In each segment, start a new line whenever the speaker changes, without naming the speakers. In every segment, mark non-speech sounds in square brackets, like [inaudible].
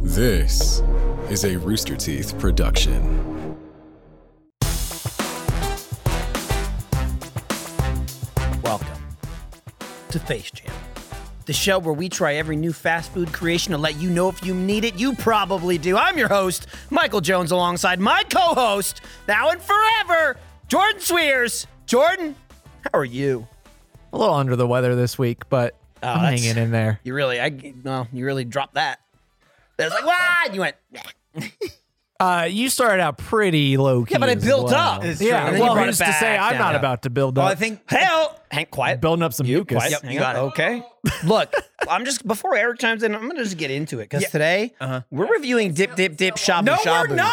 This is a Rooster Teeth production.
Welcome to Face Jam, the show where we try every new fast food creation to let you know if you need it. You probably do. I'm your host, Michael Jones, alongside my co host, now and forever, Jordan Swears. Jordan, how are you?
a little under the weather this week, but I'm
that's-
hanging in there.
You really, I, no, you really dropped that. It was like, wow, and you went, "Nah."
Uh, you started out pretty low key.
but I
as
built
well.
up. It's true.
Yeah,
And then you
well,
brought it
who's to
back
say I'm
down.
not
Yeah.
about to build up?
well, I think, hell, Hank, quiet.
building up some mucus.
Yep,
Yep.
you got it. Okay. Look, I'm just before Eric chimes in. I'm gonna just get into it because today we're reviewing Dip Dip Dip Shabu
No,
Shabu.
we're not.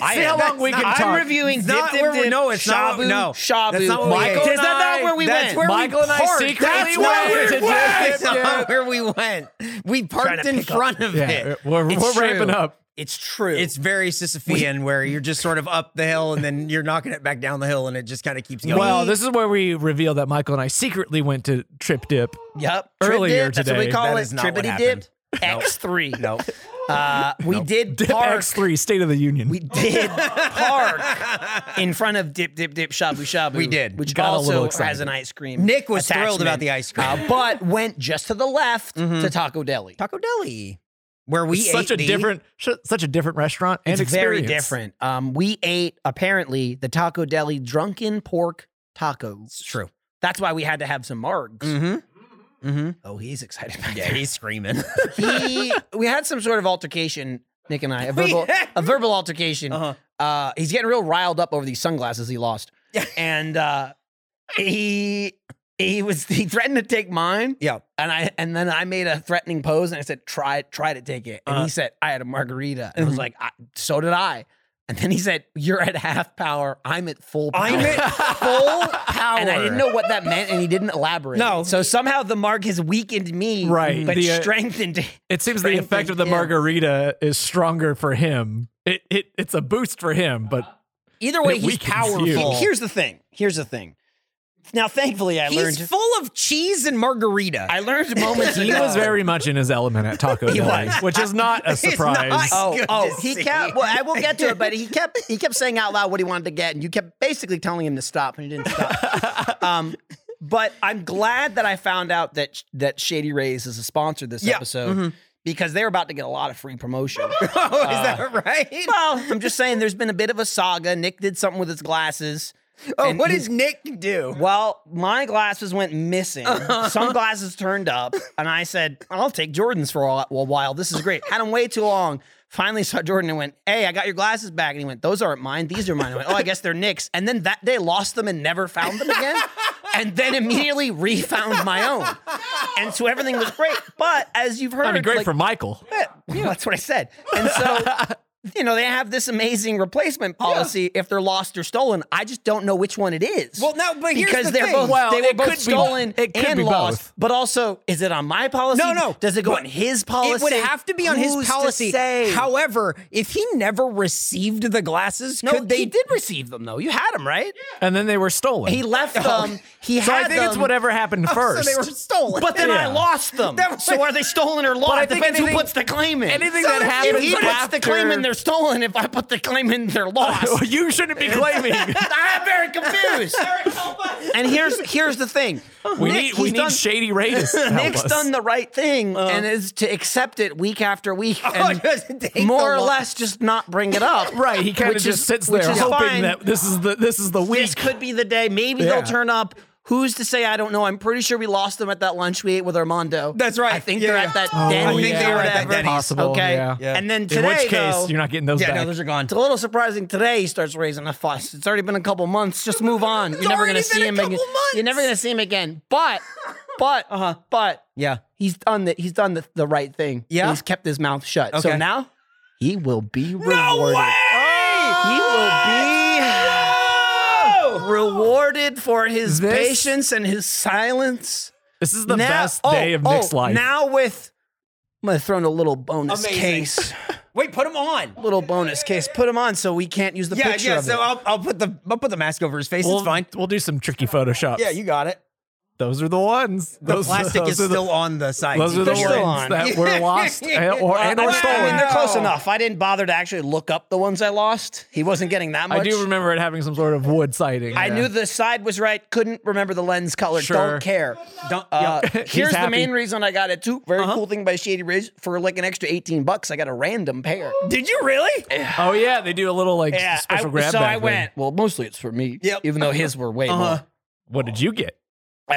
I
See
am.
how long we
I'm
can talk.
reviewing
It's
Dip
not
Dip
where we-
Dip.
no, it's not-
Shabu,
no.
Shabu.
That's not where we
Michael
ate.
and
Is that
I,
not where we
that's
went?
Where
Michael
we
and I
parked.
secretly
That's
went
not where
to
we
[laughs]
Dip
went.
Dip Dip.
where we went. We parked
to
in
pick up.
front of
Yeah,
it.
we're,
It's
we're
true.
ramping up.
It's true.
It's very Sisyphean, where you're just sort of up the hill and then you're knocking it back down the hill, and it just kind of keeps going.
Well, this is where we reveal that Michael and I secretly went to Trip Dip.
Yep.
Earlier
Trip dip, That's what we
today.
call
That
it.
is not what
Trippity dip.
happened.
X3. No. Uh, we did
Dip
park.
X3, State of the Union.
We did
[laughs]
park in front of Dip Dip Dip Shabu Shabu.
We did.
which
Got a little
also
excited.
has an ice cream.
Nick was
attachment,
thrilled about the ice cream. Mm-hmm.
uh, but went just to the left to Taco Deli.
Taco Deli, where we ate
such a
the-
different, sh- such a different restaurant and
It's very
experience.
different. Um, we ate apparently the Taco Deli drunken pork tacos.
It's true.
That's why we had to have some margs.
Mm-hmm. Mm-hmm.
Oh, he's excited. About
Yeah, he's screaming. [laughs]
that. he. We had some sort of altercation. Nick and I
[laughs]
a
We
verbal
had-
a verbal altercation.
Uh-huh.
uh, he's getting real riled up over these sunglasses he lost, [laughs] and uh, he he was he threatened to take mine,
yeah.
and I and then I made a threatening pose and I said try try to take it, and
Uh-huh.
he said I had a margarita, and I was
[laughs] Mhm.
like I, so did I, and then he said you're at half power, I'm at full power. [laughs]
I'm at full power.
and I didn't know what that meant, and he didn't elaborate.
No.
so somehow the mark has weakened me,
Right,
But
the, uh,
strengthened.
It seems the
Strength
effect
in
of the
him.
margarita is stronger for him. It, it it's a boost for him, but
Either way,
It
he's
weakens
powerful.
you.
Here's the thing. Here's the thing. Now, thankfully, I learned.
He's full of cheese and margarita.
I learned moments
[laughs] He
ago.
was very much in his element at Taco Bell,
was.
which is not
[laughs]
a surprise.
[laughs] not.
Oh,
Good
oh,
to
he
see.
kept. Well, I will get to it, but
[laughs]
he kept he kept saying out loud what he wanted to get, and you kept basically telling him to stop, and he didn't stop.
[laughs]
um, but I'm glad that I found out that that Shady Rays is a sponsor this
Yeah, Mm-hmm.
episode because they're about to get a lot of free
[laughs]
promotion.
[laughs] oh, is
Uh,
that
[laughs]
right?
well, I'm just saying, there's been a bit of a saga. Nick did something with his glasses.
Oh,
and
what
he's-
did Nick do?
Well, my glasses went
[laughs]
missing. Some glasses turned up, and I said, "I'll take Jordan's for a a while. This is great." Had them way too long. Finally saw Jordan and went, "Hey, I got your glasses back." And he went, "Those aren't mine. These are mine." I went, "Oh, I guess they're Nick's." And then that day, lost them and never found them again. And then immediately refound my own. And so everything was great. But as you've heard,
I mean, great
like,
for Michael.
yeah, that's what I said. And so, you know, they have this amazing replacement policy if they're lost or stolen. I just don't know which one it is.
Well, no, but here's
because
the
they're
thing.
both
Well,
they were
it
both
could be-
stolen
it could
and
be
lost.
both.
But also, is it on my policy?
No, no.
Does it go
But
on his policy?
It would have to be on
Who's
his
to
policy.
say?
However, if he never received the glasses,
no,
could
they
they?
did receive them though. You had them right.
And then they were stolen.
He left
Oh.
them. He
so
had
I think it's
them, Oh,
whatever
[laughs]
happened
[laughs] So
first.
they
[laughs]
were stolen.
But then I
Yeah.
lost them.
That was-
so are they stolen or lost?
I
It
think
Depends who
anything-
puts the claim in.
anything
So
that
if he
happens
puts the claim in,
after-
they're stolen. If I put the claim in,
[laughs]
they're lost.
you
[laughs]
shouldn't be claiming.
I'm very
[laughs]
confused. and here's here's the thing.
we
Nick,
need we
he's
need
done-
shady raiders. to help
Nick's
us. Uh-huh.
done the right thing and is to accept it week after
[laughs]
week
Oh,
and
doesn't take
more
the
or
lo-
less just not bring it up.
right. He kind of
which
just
is-
sits
which
there
is
hoping
fine.
that this is the this is the week.
This could be the day. Maybe
Yeah.
they'll turn up. Who's to say? I don't know. I'm pretty sure we lost them at that lunch we ate with Armando.
That's right.
I think
Yeah,
they're
yeah.
at that
Oh,
Denny's.
I think they
or
were at that
whatever.
Denny's.
Possible,
Okay.
yeah. Yeah.
And then
in
today,
which case,
though,
you're not getting those
yeah, no,
back.
those are gone.
It's a little surprising today he starts raising a fuss. It's already been a couple months. Just move on. You're never gonna
already
see
been a
him
couple
again.
months.
You're never gonna see him again. But but uh-huh. but
Yeah.
he's done the he's done the, the right thing.
Yeah?
He's kept his mouth shut. So
Okay.
now he will be rewarded. He will be rewarded for his
This-
patience and his silence.
this is the
Now-
best
oh,
day of
oh,
Nick's life.
Now with I'm gonna throw in a little bonus
Amazing.
case.
Wait, put him on.
Little bonus case. Put him on so we can't use the
Yeah,
picture
yeah.
of
So
it.
I'll, I'll put the I'll put the mask over his face.
we'll,
it's fine.
We'll do some tricky Photoshop.
Yeah, you got it.
those are the ones.
The
those,
plastic
those
is
are the-
still on the site.
Those are the
They're
ones
still on.
that were
[laughs]
lost and, or, and
I mean,
or
I mean,
stolen.
they're close enough. I didn't bother to actually look up the ones I lost. He wasn't getting that much.
I do remember it having some sort of wood sighting.
I knew the side was right. Couldn't remember the lens color.
Sure.
Don't
[laughs]
care.
Don't-
Uh,
yeah. [laughs] He's
here's the
happy. Uh-huh.
main reason I got it too. Very cool thing by Shady Ridge. For like an extra eighteen bucks, I got a random pair.
Did you really?
Oh yeah, they do a little like s-
Yeah,
special
I-
grab
so
bag
I
thing.
went. Well, mostly it's for me.
Yep.
Even though his were way
Uh-huh.
What did you get?
more.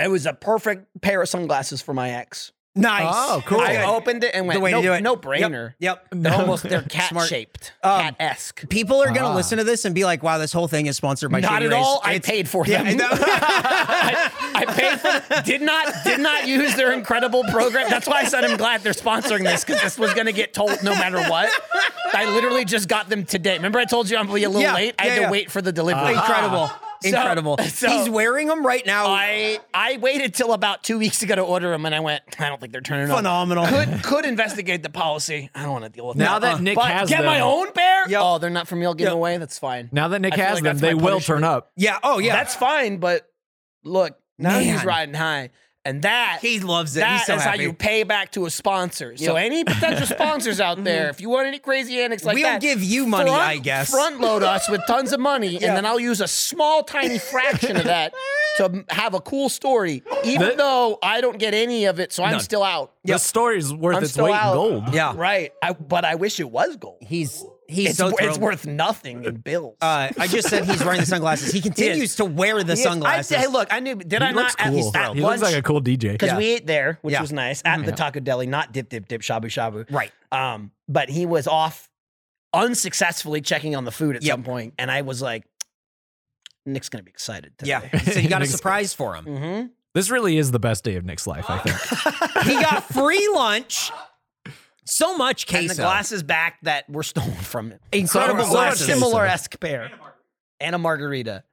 It was a perfect pair of sunglasses for my ex.
Nice.
Oh, cool.
That's
I
good.
opened it and went.
the way
no,
to do it.
no
Yep,
brainer.
Yep.
They're almost [laughs] they're cat
Smart.
shaped,
Um,
cat esque.
People are gonna
Ah.
listen to this and be like, "Wow, this whole thing is sponsored by."
Not
Shady
at
Rays."
all. I
It's-
paid for
Yeah,
them.
I
[laughs]
know.
I paid for did not did not use their incredible program. That's why I said I'm glad they're sponsoring this because this was gonna get told no matter what. I literally just got them today. Remember I told you I'm be a little
Yeah,
late. I had
yeah,
to
yeah.
wait for the delivery. Ah.
incredible.
So-
incredible.
so-
He's wearing them right now.
I I waited till about two weeks ago to order them, and I went. I don't think they're turning up.
Phenomenal.
Could could investigate the policy. I don't want to deal with
Now
that.
that Nick
but
has
get
them,
my own pair.
Yep.
Oh, they're not for me. I'll give them
Yep.
away. That's fine.
Now that Nick
I feel
has
like
them,
that's
they
my
will
punishment.
turn up.
yeah. Oh yeah.
That's fine. But look, now he's
Man.
riding high, and that
he loves it.
That
He's
is
so happy.
how you pay back to a sponsor. So any
[laughs]
potential sponsors out there, if you want any crazy antics like
Mm-hmm. We'll
that,
give you money,
front-
I guess.
Front load us with tons of money, and then I'll use a small, tiny fraction of that to m- have a cool story. Even
That-
though I don't get any of it, so I'm still out.
The story's worth
I'm
its
still
weight
out.
in gold.
Yeah.
Right. I, but I wish it was gold.
He's he's
It's,
so
wor- it's
thrilled.
worth nothing in bills.
Uh, I just said he's wearing the sunglasses.
[laughs]
He continues to wear the
He is-
sunglasses.
I, hey, look, I knew. Did I
He
not?
looks
at-
cool.
At,
He
lunch,
looks like a cool DJ.
because
Yeah.
we ate there, which
Yeah.
was nice at the taco deli, not dip dip dip shabu shabu.
Right.
Um, but he was off unsuccessfully checking on the food at
Yep.
some point, and I was like, Nick's gonna be excited today.
yeah. So you got
[laughs]
a
Nick's-
surprise for him.
hmm
This really is the best day of Nick's life, I think.
he got free
[laughs]
lunch. So much
And
queso.
the glasses back that were [laughs] stolen from him.
Incredible
Or a
glasses.
Similar esque pair. And a margarita.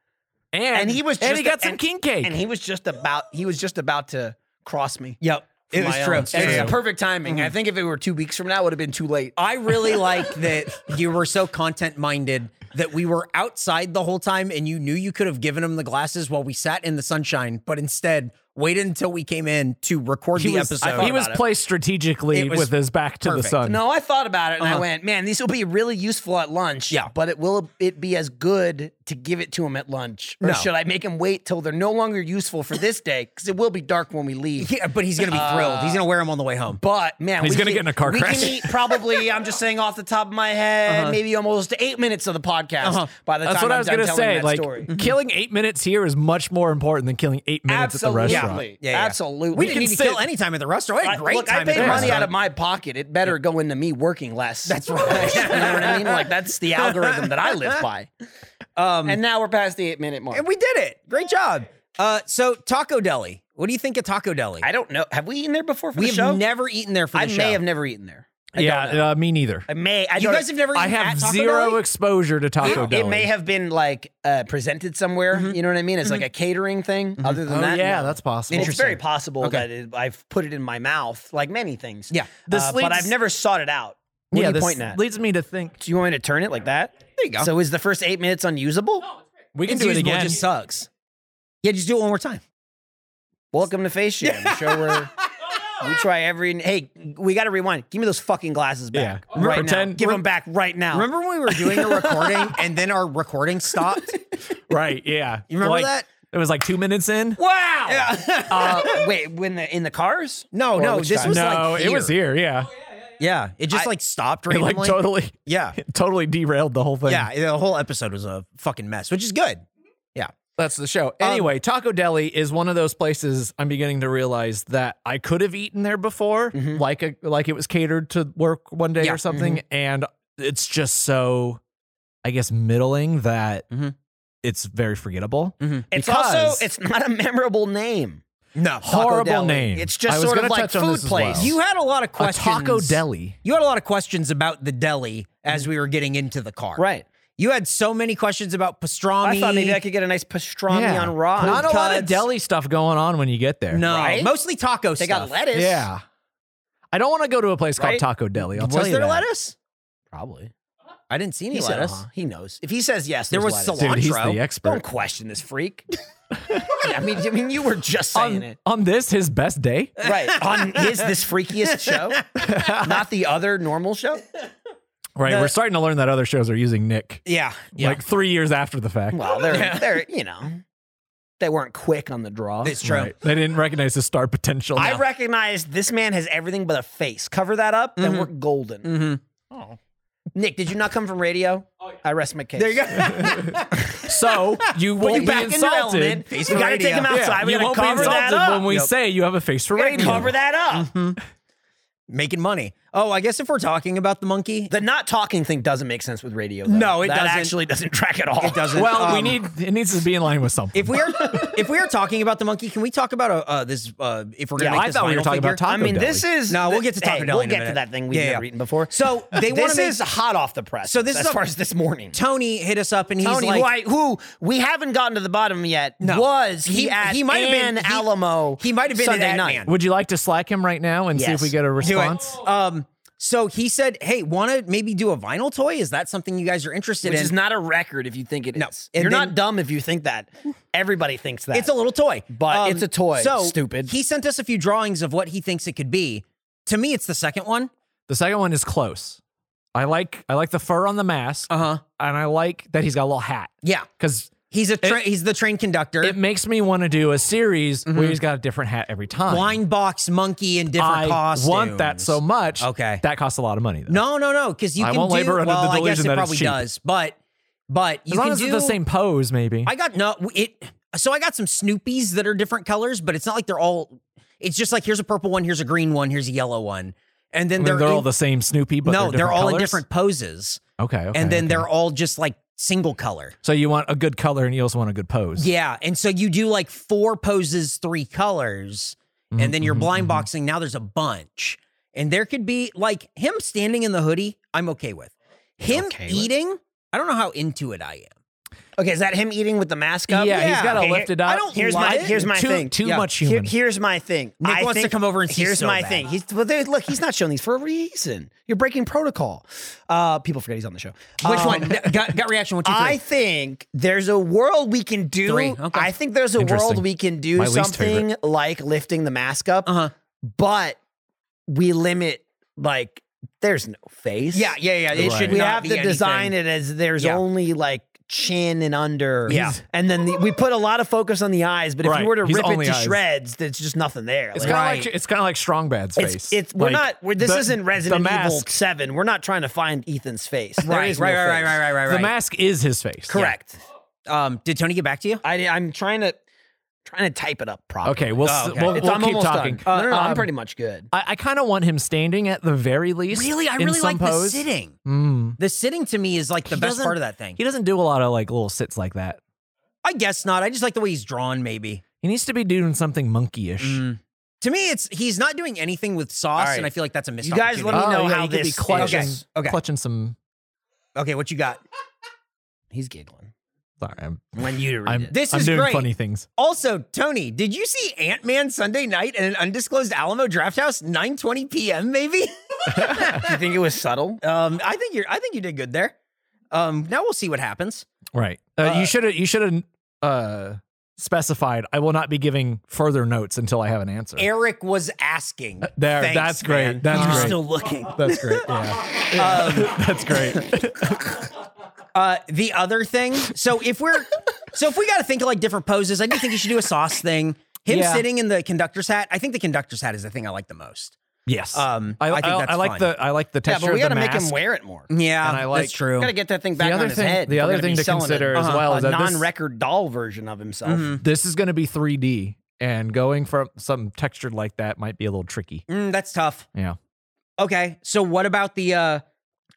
[laughs]
And,
And he was
and
just
he got
a-
some
and-
king cake.
And he was just about he was just about to cross me.
Yep. It was
My
true.
own. Mm. It was
True. Mm-hmm.
the perfect timing. I think if it were two weeks from now, it would have been too late.
I really like that you were so content minded that we were outside the whole time and you knew you could have given him the glasses while we sat in the sunshine, but instead waited until we came in to record the
was- I
episode.
thought
he was
about it.
placed strategically
It was
with his back to the
perfect.
sun.
No, I thought about it and I
Uh-huh.
went, man, these will be really useful at lunch.
Yeah.
But it will it be as good to give it to him at lunch? Or
No.
should I make him wait till they're no longer useful for this day? Because it will be dark when we leave.
Yeah, but he's going to be thrilled. he's going to wear them on the way home.
Uh, But man,
He's
we
gonna
can-
get in a car
we
crash. Uh-huh.
Can eat
[laughs]
probably, I'm just saying off the top of my head, maybe almost eight minutes of the podcast
Uh-huh.
by the
That's
time
what
I'm
I was
done
gonna
telling
say.
that
Like
story.
[laughs] killing eight minutes here is much more important than killing eight minutes
Absolutely.
at the restaurant.
Yeah, yeah. Absolutely.
We didn't
You
need
can
to
sit-
kill any time at the restaurant. We
I,
had a great
look,
time
I paid
at the
money out
restaurant.
of my pocket. It better go into me working less. [laughs] That's right. you know what
[laughs]
I mean? Like that's the algorithm that I live by.
Um,
and now we're past the eight minute mark.
And we did it. Great job. Uh, so Taco Deli. What do you think of Taco Deli?
I don't know. Have we eaten there before for
we
the
have
show?
never eaten there for the
I
show.
may have never eaten there. I don't know.
Yeah, uh, me neither.
I may. I
You
don't-
guys have never eaten
I
at
have
Taco
zero
Deli?
exposure to
[gasps]
Taco
It,
Deli.
it may have been like uh, presented somewhere.
Mm-hmm.
You know what I mean? As like a catering thing. Other than
Oh,
that,
yeah,
no.
that's possible.
It's very
Interesting.
possible
Mm-hmm. Okay.
that it, I've put it in my mouth, like many things.
Yeah.
This
Uh, but
leads-
I've never sought it out. What
yeah,
are you
this
pointing at?
leads me to think
Do you want me to turn it like that? There
you go.
So is the first eight minutes unusable?
we can
It's
do it
usable,
again.
just sucks. Yeah, just do it one more time.
Welcome to Face Jam, the show
[laughs]
where we try every. Hey, we got to rewind. Give me those fucking glasses back
Yeah.
right now.
Pretend-
Give them back right now.
Remember when we were doing a recording and then our recording stopped?
[laughs] right? Yeah, you
remember that?
It was like two minutes in.
Wow. [laughs] uh, wait, when the in the cars?
No,
Or
no,
which
this
time?
was
no,
like
it was here. Yeah,
Yeah, it just like stopped
it
randomly.
like totally,
yeah,
totally derailed the whole thing.
yeah. The whole episode was a fucking mess, which is good. Yeah,
That's the show. Anyway, Taco Deli is one of those places I'm beginning to realize that I could have eaten there before, like a like it was catered to work one day
Yeah.
or something, and it's just so, I guess, middling that
Mhm.
it's very forgettable.
It's
Because-
also it's not a memorable name.
no.
Horrible
Deli.
name.
It's just
I was
sort of
gonna
like
touch on
food
this as
place.
well.
You had a lot of
a
questions.
Taco Deli.
You had a lot of questions about the deli as we were getting into the car.
Right.
You had so many questions about pastrami.
I thought maybe I could get a nice pastrami
Yeah.
on raw.
Not a lot of
cuts.
deli stuff going on when you get there.
No,
Right?
mostly taco
They
stuff.
got lettuce.
Yeah. I don't want to go to a place
Right?
called Taco Deli. I'll
Was
tell you
there
that.
lettuce?
Probably.
I didn't see any
He said,
lettuce.
uh-huh. He knows. If [laughs] he says yes,
There
there's
was
lettuce.
cilantro.
Dude, he's the expert.
Don't question this freak. I mean, I mean, you were just saying
on,
it.
on this, his best day.
[laughs] Right. On his this freakiest
[laughs]
show, not the other normal show.
Right. We're starting to learn that other shows are using Nick
Yeah. Yeah.
like three years after the fact.
well, they're they're you know, they weren't quick on the draw.
It's true.
Right. They didn't recognize his star potential.
I recognize this man has everything but a face. Cover that up, then we're golden. Nick, did you not come from radio? I rest my case. There you go. [laughs]
so you won't
back
be
in your
insulted.
element. You gotta take him outside. We
you
gotta
won't
cover
be
that
insulted
up.
when we
Yep.
say you have a face for radio.
Cover that up.
Mm-hmm. Making money. Oh, I guess if we're talking about the monkey,
The not talking thing doesn't make sense with radio. Though.
No, it
That
doesn't.
actually doesn't track at all.
it
[laughs]
doesn't.
Well, we
um,
need it needs to be in line with something.
If we are if we are talking about the monkey, can we talk about uh, uh this? Uh, if we're
Yeah,
gonna make
I
this
thought we were
vinyl
talking about
figure?
I mean,
Deli.
this is
No, we'll get to
hey,
Taco Deli
We'll
in a
get to
minute.
that thing we've
Yeah,
never
yeah.
eaten before.
So they want
this
to make
is hot off the press.
So this
as
is a-
far as this morning.
Tony hit us up and he's
Tony,
like,
who, I, who we haven't gotten to the bottom yet,
No.
was he, at
he might have been-
Ann
he-
Alamo?
he might have been at
Sunday
Ant
night.
Man.
Would you like to slack him right now and see
Yes.
if we get a
Do it.
response?
Um, so he said, "Hey, want to maybe do a vinyl toy? Is that something you guys are interested
Which
in?"
is not a record if you think it is.
No. And
You're
then-
not dumb if you think that. Everybody thinks that.
it's a little toy, Um,
But it's a toy,
So
stupid.
He sent us a few drawings of what he thinks it could be. To me, it's the second one.
The second one is close. I like I like the fur on the mask,
Uh
Uh-huh.
huh.
and I like that he's got a little hat
Yeah,
because
he's a tra- he's the train conductor.
it makes me want to do a series
Mm-hmm.
where he's got a different hat every time.
blind box monkey in different
I
costumes.
want that so much.
Okay.
that costs a lot of money. Though.
No, no, no, because you
I
can
won't
do.
labor under the
well, I guess
delusion
it
that it's
probably
cheap.
does, but but you
as long
can
as
do
it's the same pose, maybe.
I got no it. So I got some Snoopies that are different colors, but it's not like they're all. It's just like here's a purple one, here's a green one, here's a yellow one, and
I
then
mean,
they're,
they're, all
in-
the same Snoopy, but
no,
they're,
they're, all in
colors?
different poses,
Okay, okay,
and then
okay.
they're all just like single color.
so you want a good color and you also want a good pose.
Yeah, and so you do like four poses, three colors,
Mm,
and then you're
mm-hmm,
blind boxing. Now there's a bunch, and there could be like him standing in the hoodie. I'm okay with him
Okay with-
eating. I don't know how into it I am.
okay, is that him eating with the mask
yeah,
up?
he's got to
Okay,
lift it up.
I don't
Here's
like
my
it.
here's my
too,
thing.
Too
Yeah.
much
Here-
human.
here's my thing.
Nick
I
wants to
think-
come over and see
Here's
so
my
bad.
thing. He's well, there- look, he's not showing these for a reason. You're breaking protocol. Uh, people forget he's on the show.
Which
Um,
one? Got, got reaction. One, two, three.
I think there's a world we can do.
Three, okay.
I think there's a
Interesting.
world we can do
My least
something like lifting the mask up,
Uh-huh.
but we limit like there's no face.
Yeah, yeah, yeah. It
Right.
should
we
not
have
be
to design
anything.
it as there's
Yeah.
only like chin and under.
Yeah.
and then the, we put a lot of focus on the eyes, but if
Right.
you were to
He's
rip it
only
to
eyes.
shreds, there's just nothing there.
It's
Like,
kind of
Right.
like it's kind of like Strong Bad's
it's,
face.
it's- we're
Like,
not we're, this
the-
isn't
the
Resident Evil
mask-
Seven. We're not trying to find Ethan's face. There
Right,
is
right,
no
right, right,
face.
right, right, right,
The mask is his face.
Correct.
Um, did Tony get back to you?
I, I'm trying to trying to type it up properly.
Okay, we'll
Oh, okay.
we'll,
It's-
we'll
I'm
keep
almost
talking.
Uh,
done. No, no, no, I'm
Um,
pretty much good.
I, I kind of want him standing at the very least.
Really, I
in
really
some
like the
pose.
sitting.
Mm.
The sitting to me is like the
He
best
doesn't-
part of that thing.
He doesn't do a lot of like little sits like that.
I guess not. I just like the way he's drawn. Maybe
He needs to be doing something monkeyish.
to me, it's he's not doing anything with sauce,
Mm. All right.
and I feel like that's a missed.
You guys let
opportunity.
me know
Oh, yeah,
how
he could be
this
clutching,
is.
Okay, okay.
clutching some.
Uh, Okay, what you got?
He's giggling.
Sorry, I'm,
I want you to read
I'm
[laughs]
it.
This
I'm
is
doing
great.
funny things.
Also, Tony, did you see Ant Man Sunday night at an undisclosed Alamo Draft House, nine twenty p.m. Maybe?
[laughs]
[laughs]
Do you think it was subtle?
um, I think you're. I think you did good there. Um, now we'll see what happens.
Right. Uh, you should have. You should have uh, specified. I will not be giving further notes until I have an answer.
Eric was asking.
Uh, there.
Thanks,
that's great.
man.
That's
You're
great.
still looking.
that's great.
[laughs]
Yeah. Yeah, that's great.
Uh, the other thing. So if we're, so if we got to think of like different poses, I do think you should do a sauce thing. Him
Yeah.
sitting in the conductor's hat. I think the conductor's hat is the thing I like the most.
Yes.
Um,
I,
I think that's
I like
fun.
the. I like the
Yeah,
texture.
but we
got
gotta
to
make him wear it more.
Yeah,
And I like-
that's true.
Gotta get that thing back
other
on his
thing-
head.
the
if we're
other
gonna
thing
be
to
selling
consider
a,
as well
a
is that this- Mm-hmm.
non-record doll version of himself.
Mm-hmm.
This is going to be 3D, and going for something textured like that might be a little tricky.
Mm, that's tough.
Yeah.
Okay, so what about the uh,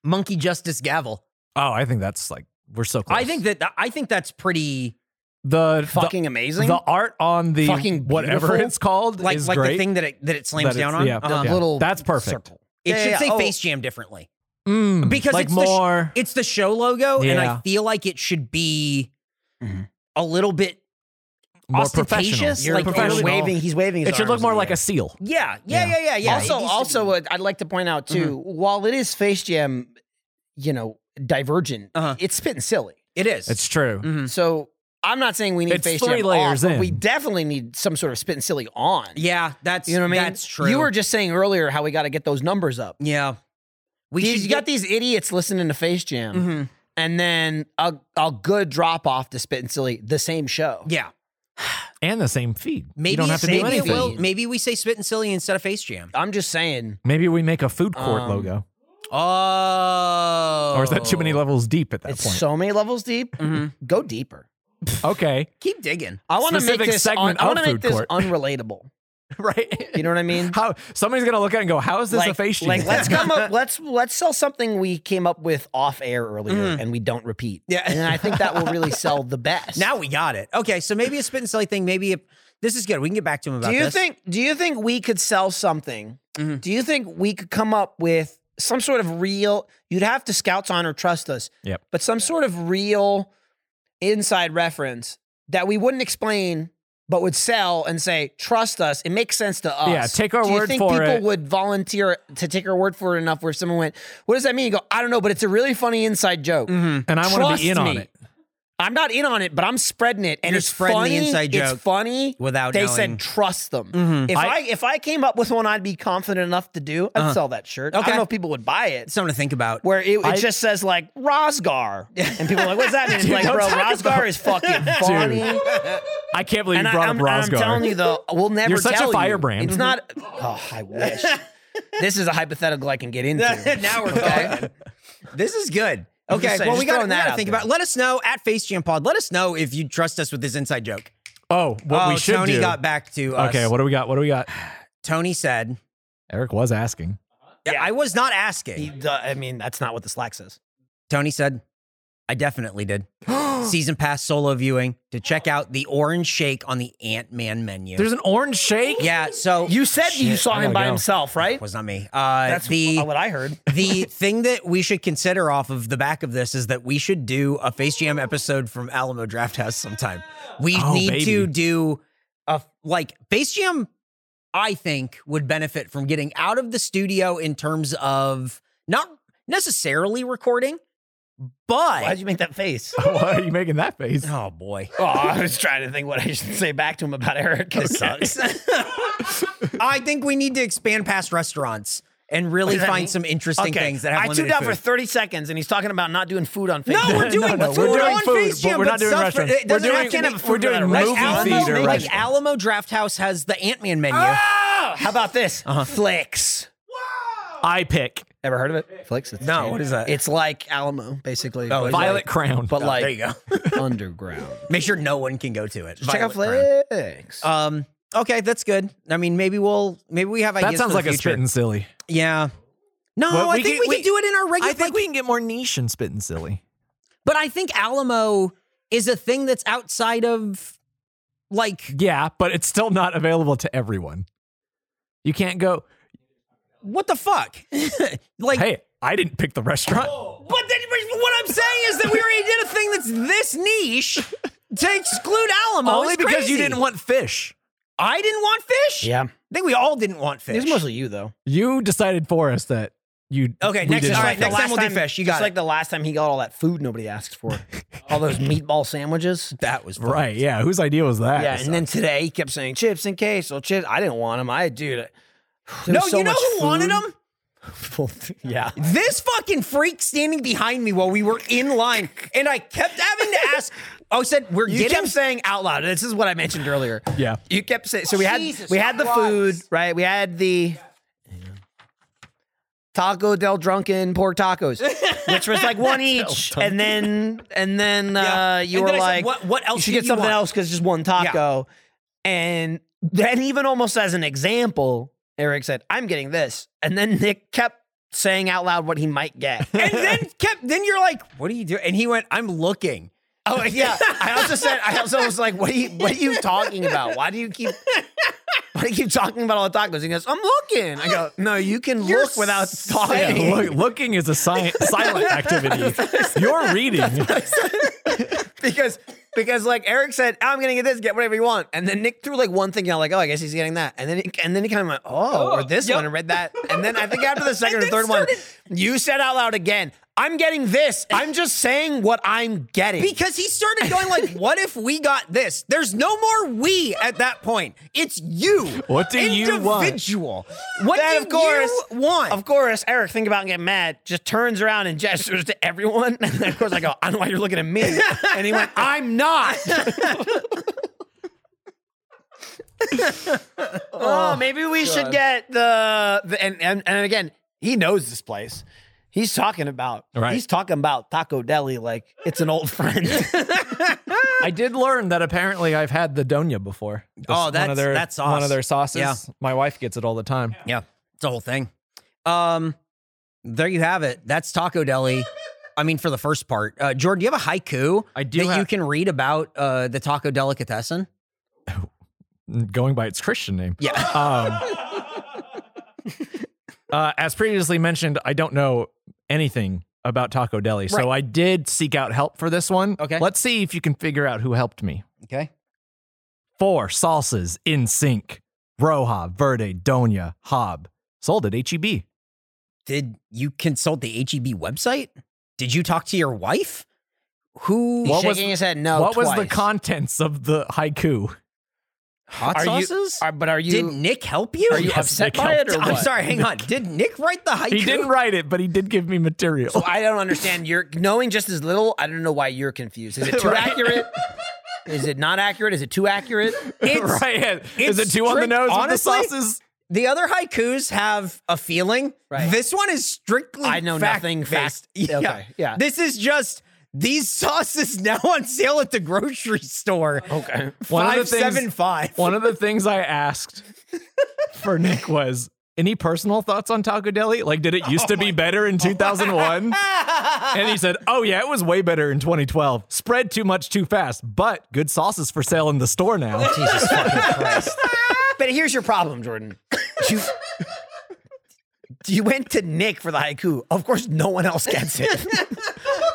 monkey justice gavel?
Oh, I think that's like we're so close.
I think that I think that's pretty
the
Fucking
the,
amazing.
the art on the
Fucking
whatever
beautiful.
it's called
like
is
like
great.
the thing that it that it slams
That
down
it's-
on.
yeah.
The
Uh-huh.
Yeah.
little
That's perfect.
circle.
It
Yeah,
should
yeah,
say
oh.
Face Jam differently
Mm,
because
like
it's the sh-
more.
it's the show logo, and I
Yeah.
feel like it should be
Mhm.
a little bit
more professional.
ostentatious,
You're,
like
you're
professional.
waving. He's waving. His
It should
arms
look more
in the
like
air.
a seal.
Yeah, yeah, yeah, yeah, yeah. It
Also,
needs to
also,
be-
Mm-hmm.
uh, I'd like to point out too. While it is Face Jam, you know, Divergent,
Uh-huh.
it's spitting silly.
It is. Mm-hmm.
It's true.
Mm.
So I'm not saying we need
Mm. It's
face
three
jam
layers
off, but
in.
we definitely need some sort of spitting silly on.
yeah, that's
You know what I mean?
That's true.
You were just saying earlier how we got to get those numbers up.
yeah. We
These,
should
you got
get
these idiots listening to Face Jam,
Mm-hmm.
Mhm.
and then a, a good drop off to Spit and Silly, the same show.
Yeah.
And the same feed.
Maybe
you don't have to
maybe
do
it
anything.
will- maybe we say spit and silly instead of face jam.
I'm just saying.
Maybe we make a food court
Um,
logo.
Oh.
Or is that too many levels deep at that
It's
point?
so many levels deep. Go deeper.
[laughs]
[laughs]
okay.
Keep digging.
I want to make
Specific
this. Un-
segment
I want
of
to make
food
this
court.
unrelatable.
right.
You know what I mean?
How somebody's gonna look at it and go, How is [laughs] this a face jam?
like, let's come up. Let's let's sell something we came up with off air earlier,
Mm-hmm.
and we don't repeat.
Yeah.
and I think that will really sell
[laughs]
the best.
Now we got it. Okay, so maybe a spit and silly thing. Maybe a, this is good. We can get back to him about
do you
this.
think do you think we could sell something
Mm-hmm.
do you think we could come up with some sort of real you'd have to scouts on or trust us
Yep.
but some sort of real inside reference that we wouldn't explain but would sell and say trust us it makes sense to us
Yeah, take our
do you
word
think
for
people
it.
would volunteer to take our word for it enough where someone went what does that mean you go i don't know but it's a really funny inside joke
[laughs] and I want to
Trust
be in on
me.
it.
I'm not in on it, but I'm spreading it, and
You're
it's
spreading the
funny.
inside joke
it's funny.
without
they
knowing.
said trust them. If I,
I-
if I came up with one, I'd be confident enough to do. I'd sell that shirt. I
Okay.
don't know if people would buy it.
It's something to think about.
Where it, it
I-
just says like Rosgar, and people are like, "What's that mean?" It's like,
don't
bro,
talk
Rosgar
about-
is fucking funny.
I can't believe
And
you
I,
brought
am
up Rosgar.
telling you though, we'll never.
You're such a
tell you.
firebrand.
It's not. Oh, I wish. this is a hypothetical I can get into.
now we're talking. This is good.
I'm
Okay,
just saying,
well,
just
we got to
throwing that out
think
there.
about. Let us know at Face Jam Pod. Let us know if you trust us with this inside joke.
Oh, what
oh,
we should
Tony
do.
got back to us.
okay, what do we got? What do we got?
Tony said,
Eric was asking.
yeah. I was not asking.
He- the- I mean, that's not what the Slack says.
Tony said, I
[gasps]
definitely did. Season pass solo viewing to check out the orange shake on the Ant Man menu.
There's an orange shake.
yeah, so
You said you
Shit,
saw
I
him
gotta
by
go.
himself, right?
was not me. Uh,
That's
the
what I heard.
the thing that we should consider off of the back of this is that we should do a Face Jam episode from Alamo Draft House sometime. We
Oh,
need to
baby.
do a like Face Jam. I think would benefit from getting out of the studio in terms of not necessarily recording,
Why'd
but
you [laughs] make that face?
[laughs] Why are you making that face?
oh boy,
Oh, I was trying to think what I should say back to him about Eric.
this
[laughs]
sucks. I think we need to expand past restaurants and really
does that
find
mean?
some interesting things that have
I tuned
limited
out
food.
for 30 seconds and he's talking about not doing food on Facebook.
No, we're doing
no,
food.
we're doing
on
food,
Face
but
Jam,
we're not doing
stuff-
restaurant.
it doesn't
We're
have
doing-
to have
we're
food
doing
restaurant. like
movie
Alamo,
theater
Like
restaurant.
Alamo Draft House has the Ant Man menu.
Oh, [laughs] how about this?
Uh-huh.
Flicks.
I pick
Ever heard of it? Flicks? It's
No, what is that?
It's like Alamo, basically.
Oh,
but
is it?
Violet
like-
Crown.
But like
there you
[laughs]
go.
underground.
Make sure no one can go to it.
Check out
Violet
Flicks.
Brown. Um. Okay, that's good. I mean, maybe we'll maybe we have ideas.
that sounds
for
like
the
a
future.
spitting silly.
Yeah. No,
Well,
I
we
think
can-
we,
we-
can do it in our regular.
I think
like-
we can get more niche in spitting silly.
but I think Alamo is a thing that's outside of like
Yeah, but it's still not available to everyone. You can't go.
what the fuck. [laughs] like, Oh,
Hey, I didn't pick the restaurant.
But then, but what I'm saying is that we already did a thing that's this niche to exclude
[laughs]
Alamo.
Only
It's
because you
crazy.
didn't want fish.
I didn't want fish.
yeah.
I think we all didn't want fish.
It's mostly you, though.
You decided for us that you.
Okay,
we
next-
didn't
all
like
right,
that.
next- time we'll do fish. You got
It's
it.
like the last time he got all that food nobody asked [laughs] for. all those meatball sandwiches.
that was fun.
Right? Yeah. Whose idea was that? [laughs]
Yeah, and then today he kept saying chips and queso, chips. I didn't want them. I dude. I- there
No,
was so
you know
much
who wanted
[laughs] food.
them?
yeah.
This fucking freak standing behind me while we were in line, and I kept having to ask. [laughs] I said, "We're
You
getting."
kept saying out loud. This is what I mentioned earlier.
Yeah.
You kept saying so we had
Jesus
we had the food, right? We had the Taco del Drunken pork tacos, which was like
[laughs]
one each, and then and then
Yeah.
uh, you
And
were
then I said,
like,
"What- what
You
else
should
do
get
you
something
want?"
else because just one taco." And then even almost as an example, Eric said, "I'm getting this," and then Nick kept saying out loud what he might
[laughs]
get.
and then kept. Then you're like, "What are you doing?" And he went, "I'm looking."
Oh yeah. I also said I also was like, what are you what are you talking about? Why do you keep why do you keep talking about all the tacos? He goes, I'm looking. I go, No, you can
You're
look without
saying-
talking.
Yeah, look, looking is a si-
[laughs]
silent activity. You're reading.
because because like Eric said, I'm gonna get this, get whatever you want. And then Nick threw like one thing out, like, oh, I guess he's getting that. And then it, and then he kind of went, oh, or this
yep. [laughs]
one and read that. And then I think after the second or
then
third one, you said out loud again, I'm getting this. I'm just saying what I'm getting.
Because he started going
[laughs]
like, "What if we got this?" There's no more we at that point. It's you.
What do you want?
Individual. What
Then,
do
of course,
you want?
Of course, Eric, think about getting mad, just turns around and gestures to everyone. [laughs] And then, of course, I go, I don't know why you're looking at me. And he
[laughs]
went, I'm not. oh, maybe we should get the, the and, and and again, he knows this place. He's talking about
Right.
he's talking about Taco Deli like it's an old friend. [laughs]
[laughs] I did learn that apparently I've had the donya before. This-
Oh,
one
that's-
of their,
that's
one
sauce.
of their sauces.
Yeah.
My wife gets it all the time.
Yeah, it's the whole thing. Um, there you have it. That's Taco Deli. I mean, for the first part, uh, Jordan, do you have a haiku
I do
that
ha-
you can read about uh, the taco delicatessen?
Going by its Christian name. [laughs]
Yeah,
Um,
[laughs]
uh, as previously mentioned, I don't know anything about Taco Deli, so I did seek out help for this one.
Okay.
Let's see if you can figure out who helped me.
Okay.
Four salsas in sync Roja, Verde, Doña, Hob. Sold at E HEB.
Did you consult the HEB website? Did you talk to your wife? Who
What was-
shaking his head
Oh,
no.
what was the
twice.
contents of the haiku?
hot
Are you-
sauces?
are- but are you
Did Nick help you?
are you
Yes,
upset
they
by it or
helped.
I'm
what?
sorry, hang on. Did Nick write the haiku?
He didn't write it, but he did give me material. [laughs]
So I don't understand. You're knowing just as little. I don't know why you're confused. Is it [laughs] too accurate? Is it not accurate? Is it too accurate?
It's-
right. Is it
it's
two on the
strict-
nose
honestly,
with the sauces?
The other haikus have a feeling.
Right.
This one is strictly
I know
fact
nothing fact-
based. [laughs] Yeah.
Okay, yeah.
This is just these sauces [laughs] now on sale at the grocery store.
Okay.
One of the
Five seven five.
One of the things I asked [laughs] for Nick was any personal thoughts on Taco Deli? Like, did it used to be better in [laughs] 2001? and he said, oh, yeah, it was way better in 2012. Spread too much too fast, but good sauces for sale in the store [laughs] now.
[laughs] Jesus fucking Christ. But here's your problem, Jordan. You, you went to Nick for the haiku. Of course, no one else gets it.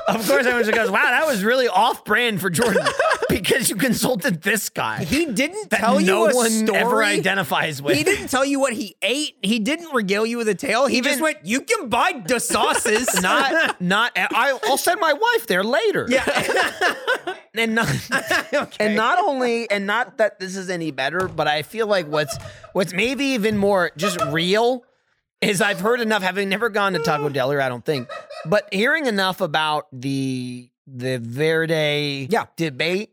Of course, everyone just goes, wow, that was really off brand for Jordan [laughs] because you consulted this guy.
[laughs] He didn't
that
tell
no
you a
one
story.
ever identifies with.
He didn't tell you what he ate. He didn't regale you with a tale. He just
Even-
went, "You can buy the sauces."
[laughs] [laughs] not not I, i'll send my wife there later
[laughs] Yeah. [laughs]
and not [laughs] and not only and not that this is any better but i feel like what's what's maybe even more just real is i've heard enough having never gone to taco deli i don't think but hearing enough about the the verde
Yeah.
debate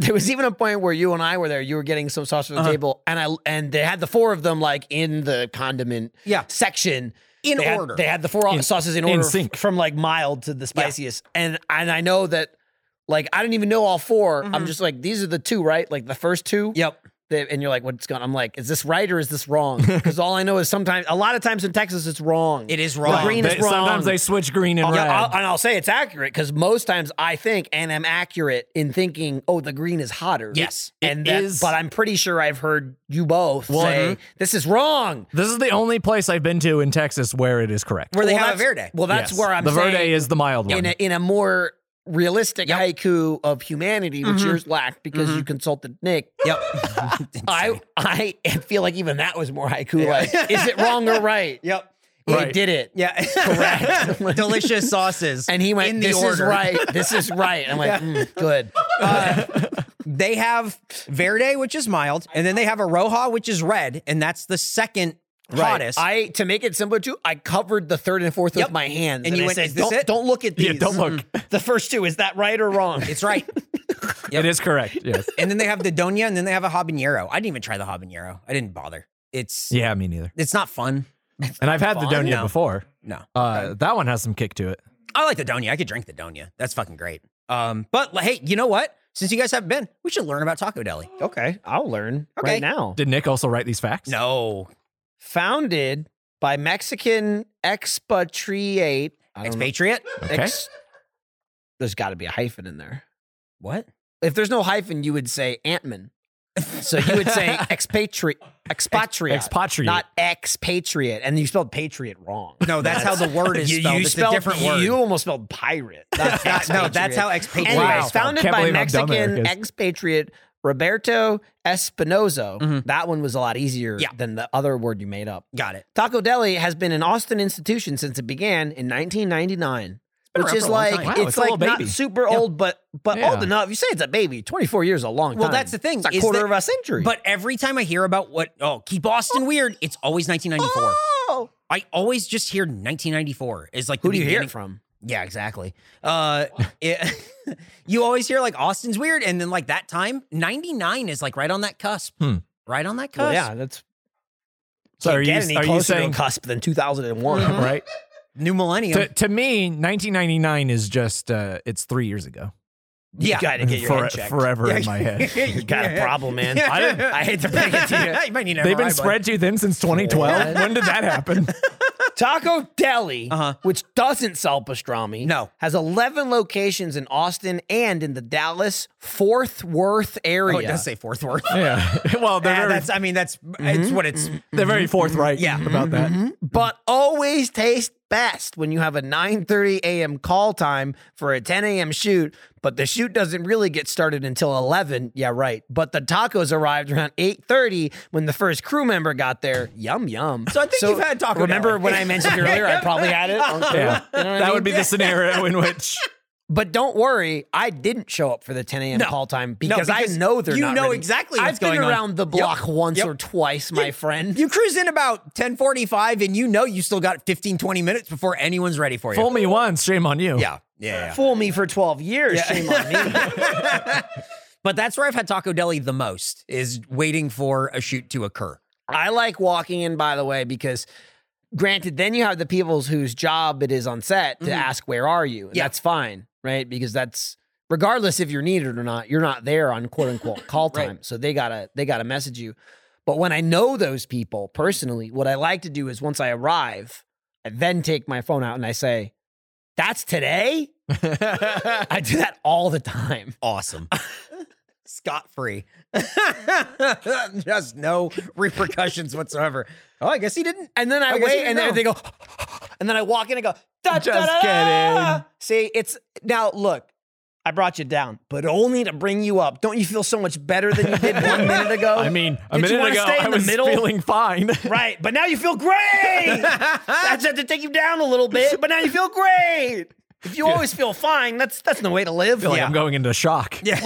there was even a point where you and I were there. You were getting some sauce
Uh-huh.
from the table, and I and they had the four of them like in the condiment
Yeah.
section
In
They had-
order.
they had the four sauces in
in
order
sync.
f- from like mild to the spiciest, and and I know that like I didn't even know all 4 i I'm just like these are the two right, like the first two.
yep.
They- and you're like, what's going? I'm like, is this right or is this wrong? Because all I know is sometimes, a lot of times in Texas, it's wrong.
It is wrong.
The green
They-
is wrong.
sometimes they switch green and red.
Yeah, I'll, and I'll say it's accurate because most times I think and am accurate in thinking, oh, the green is hotter.
Yes,
and
it
that,
is-
but I'm pretty sure I've heard you both say this is wrong.
this is the only place I've been to in Texas where it is correct.
Where they
well,
have a
that's-
verde.
Well, that's
Yes.
where I'm
The
saying
Verde is the mild one.
in a, in a more realistic haiku of humanity, which yours lacked because you consulted Nick. [laughs]
Yep.
I I [laughs] feel like even that was more haiku like. is it wrong or
[laughs]
right?
yep.
He
Right.
did it.
Yeah, correct. [laughs] Delicious sauces.
And he went,
in the
this
order.
is right. This is right. I'm like, mm, good.
They have verde, which is mild, and then they have a roja, which is red, and that's [laughs] the second hottest.
I to make it simpler too. I covered the third and fourth
Yep.
with my hands,
And
and,
you
I
went,
said,
"Is this
"Don't
it?"
don't look at these. Mm.
Yeah, don't look.
The first two is that right or wrong?
it's right.
It is correct. Yes.
and then they have the doña, and then they have a habanero. I didn't even try the habanero. I didn't bother. It's
yeah, me neither.
it's not fun.
And I've had the
Fun?
Donia
No.
before.
No,
Uh, that one has some kick to it.
I like the doña. I could drink the doña. That's fucking great. Um, but like, hey, you know what? Since you guys haven't been, we should learn about Taco Deli.
okay, I'll learn
[laughs] Okay.
right now.
Did Nick also write these facts?
No,
Founded by Mexican expatriate I don't know.
expatriate.
Okay.
Ex- there's got to be a hyphen in there.
What?
If there's no hyphen, you would say Antman. So you would
[laughs]
say expatriate, expatriate,
expatriate.
not expatriate, and you spelled patriot wrong.
No, that's, how the word is
[laughs] You,
spelled.
you
it's
spelled
a different
you,
word.
you almost spelled pirate. [laughs] not
That- no,
expatriate.
that's how expatriate.
Anyways,
Wow.
founded
Can't
by
believe how dumb Eric
Mexican
is.
expatriate Roberto Espinozo. That one was a lot easier
Mm-hmm. Yeah.
than the other word you made up.
Got it.
Taco Deli has been an Austin institution since it began in 1999. which
around
is
for a long
like
time.
Wow,
it's,
it's a
like
little
not
baby.
super old, but but
Yeah.
old enough. You say it's a baby. Twenty four years is a long time.
Well, that's the thing.
It's a
is
quarter
that-
of a century.
But every time I hear about what, oh, keep Austin weird, it's always 1994.
oh,
I always just hear 1994 is like the
who do you hear
beginning-
it from?
Yeah, exactly. Uh, [laughs] it- you always hear like Austin's weird, and then like that time, 99 is like right on that cusp.
Hmm.
Right on that cusp.
Well, yeah, that's
So are
can't
you,
get any
are you
closer
saying
to a cusp than two thousand and one.
Uh-huh.
right?
New millennium.
to, to me, 1999 is just uh, it's three years ago.
[laughs]
yeah.
You
[laughs]
gotta get your
For-
head checked.
forever in my head.
You got a problem, man.
Yeah.
I, didn't- I hate to break it to
[laughs] you might need an
They've been
MRI, bud.
spread too thin since
[laughs]
2012. when did that happen?
you. [laughs] Taco Deli,
Uh-huh.
which doesn't sell pastrami,
No.
has eleven locations in Austin and in the Dallas Fort Worth area.
Oh, it does say fourth word.
yeah. [laughs] Well, they're
Yeah,
very,
[laughs] that's. I mean, that's. It's
Mm-hmm.
what it's.
they're very forthright
Yeah.
about that.
Mm.
but always taste best when you have a 9:30 a.m. call time for a 10 a.m. shoot, but the shoot doesn't really get started until 11. Yeah, right. But the tacos arrived around 8:30 when the first crew member got there. Yum yum.
So I think you've had Taco
Remember
Bell.
when I
[laughs]
mentioned earlier I probably had it? on crew?
Yeah.
You know what I
that
mean?
would be the scenario in
[laughs]
which
But don't worry, I didn't show up for the 10 a.m.
No.
call time because,
because
I know they're
you
not
know
ready.
exactly
I've
what's
been
going on.
around the block
Yep.
once
Yep.
or twice, my friend.
You cruise in about 1045 and you know you still got 15, 20 minutes before anyone's ready for you. Ah,
fool me once, shame on you.
yeah. Yeah. yeah.
Fool me for 12 years, shame on me.
But that's where I've had Taco Deli the most is waiting for a shoot to occur.
I like walking in, by the way, because granted, then you have the people whose job it is on set to ask, Where are you? And
Mm-hmm. Yeah.
that's fine, right? Because that's regardless if you're needed or not, you're not there on quote unquote call
[laughs] Right.
time. So they gotta they gotta message you. But when I know those people personally, what I like to do is once I arrive, I then take my phone out and I say, That's
[laughs]
today? I do that all the time.
Awesome. Scot free. [laughs] Just no repercussions whatsoever. Oh, I guess he didn't.
And then I,
I guess you
wait,
didn't
and then
know.
they go, [laughs] and then I walk in and go, da,
Just
da, da, da.
kidding.
See, it's now look, I brought you down, but only to bring you up. Don't you feel so much better than you did one minute ago?
[laughs] [laughs] I mean, a
Did you
minute
wanna
ago
stay in
I
the
was
middle?
feeling fine.
[laughs] right, but now you feel great. I just had to take you down a little bit, but now you feel great. If you always feel fine, that's that's no way to live.
Feel like I'm going into shock. Yeah.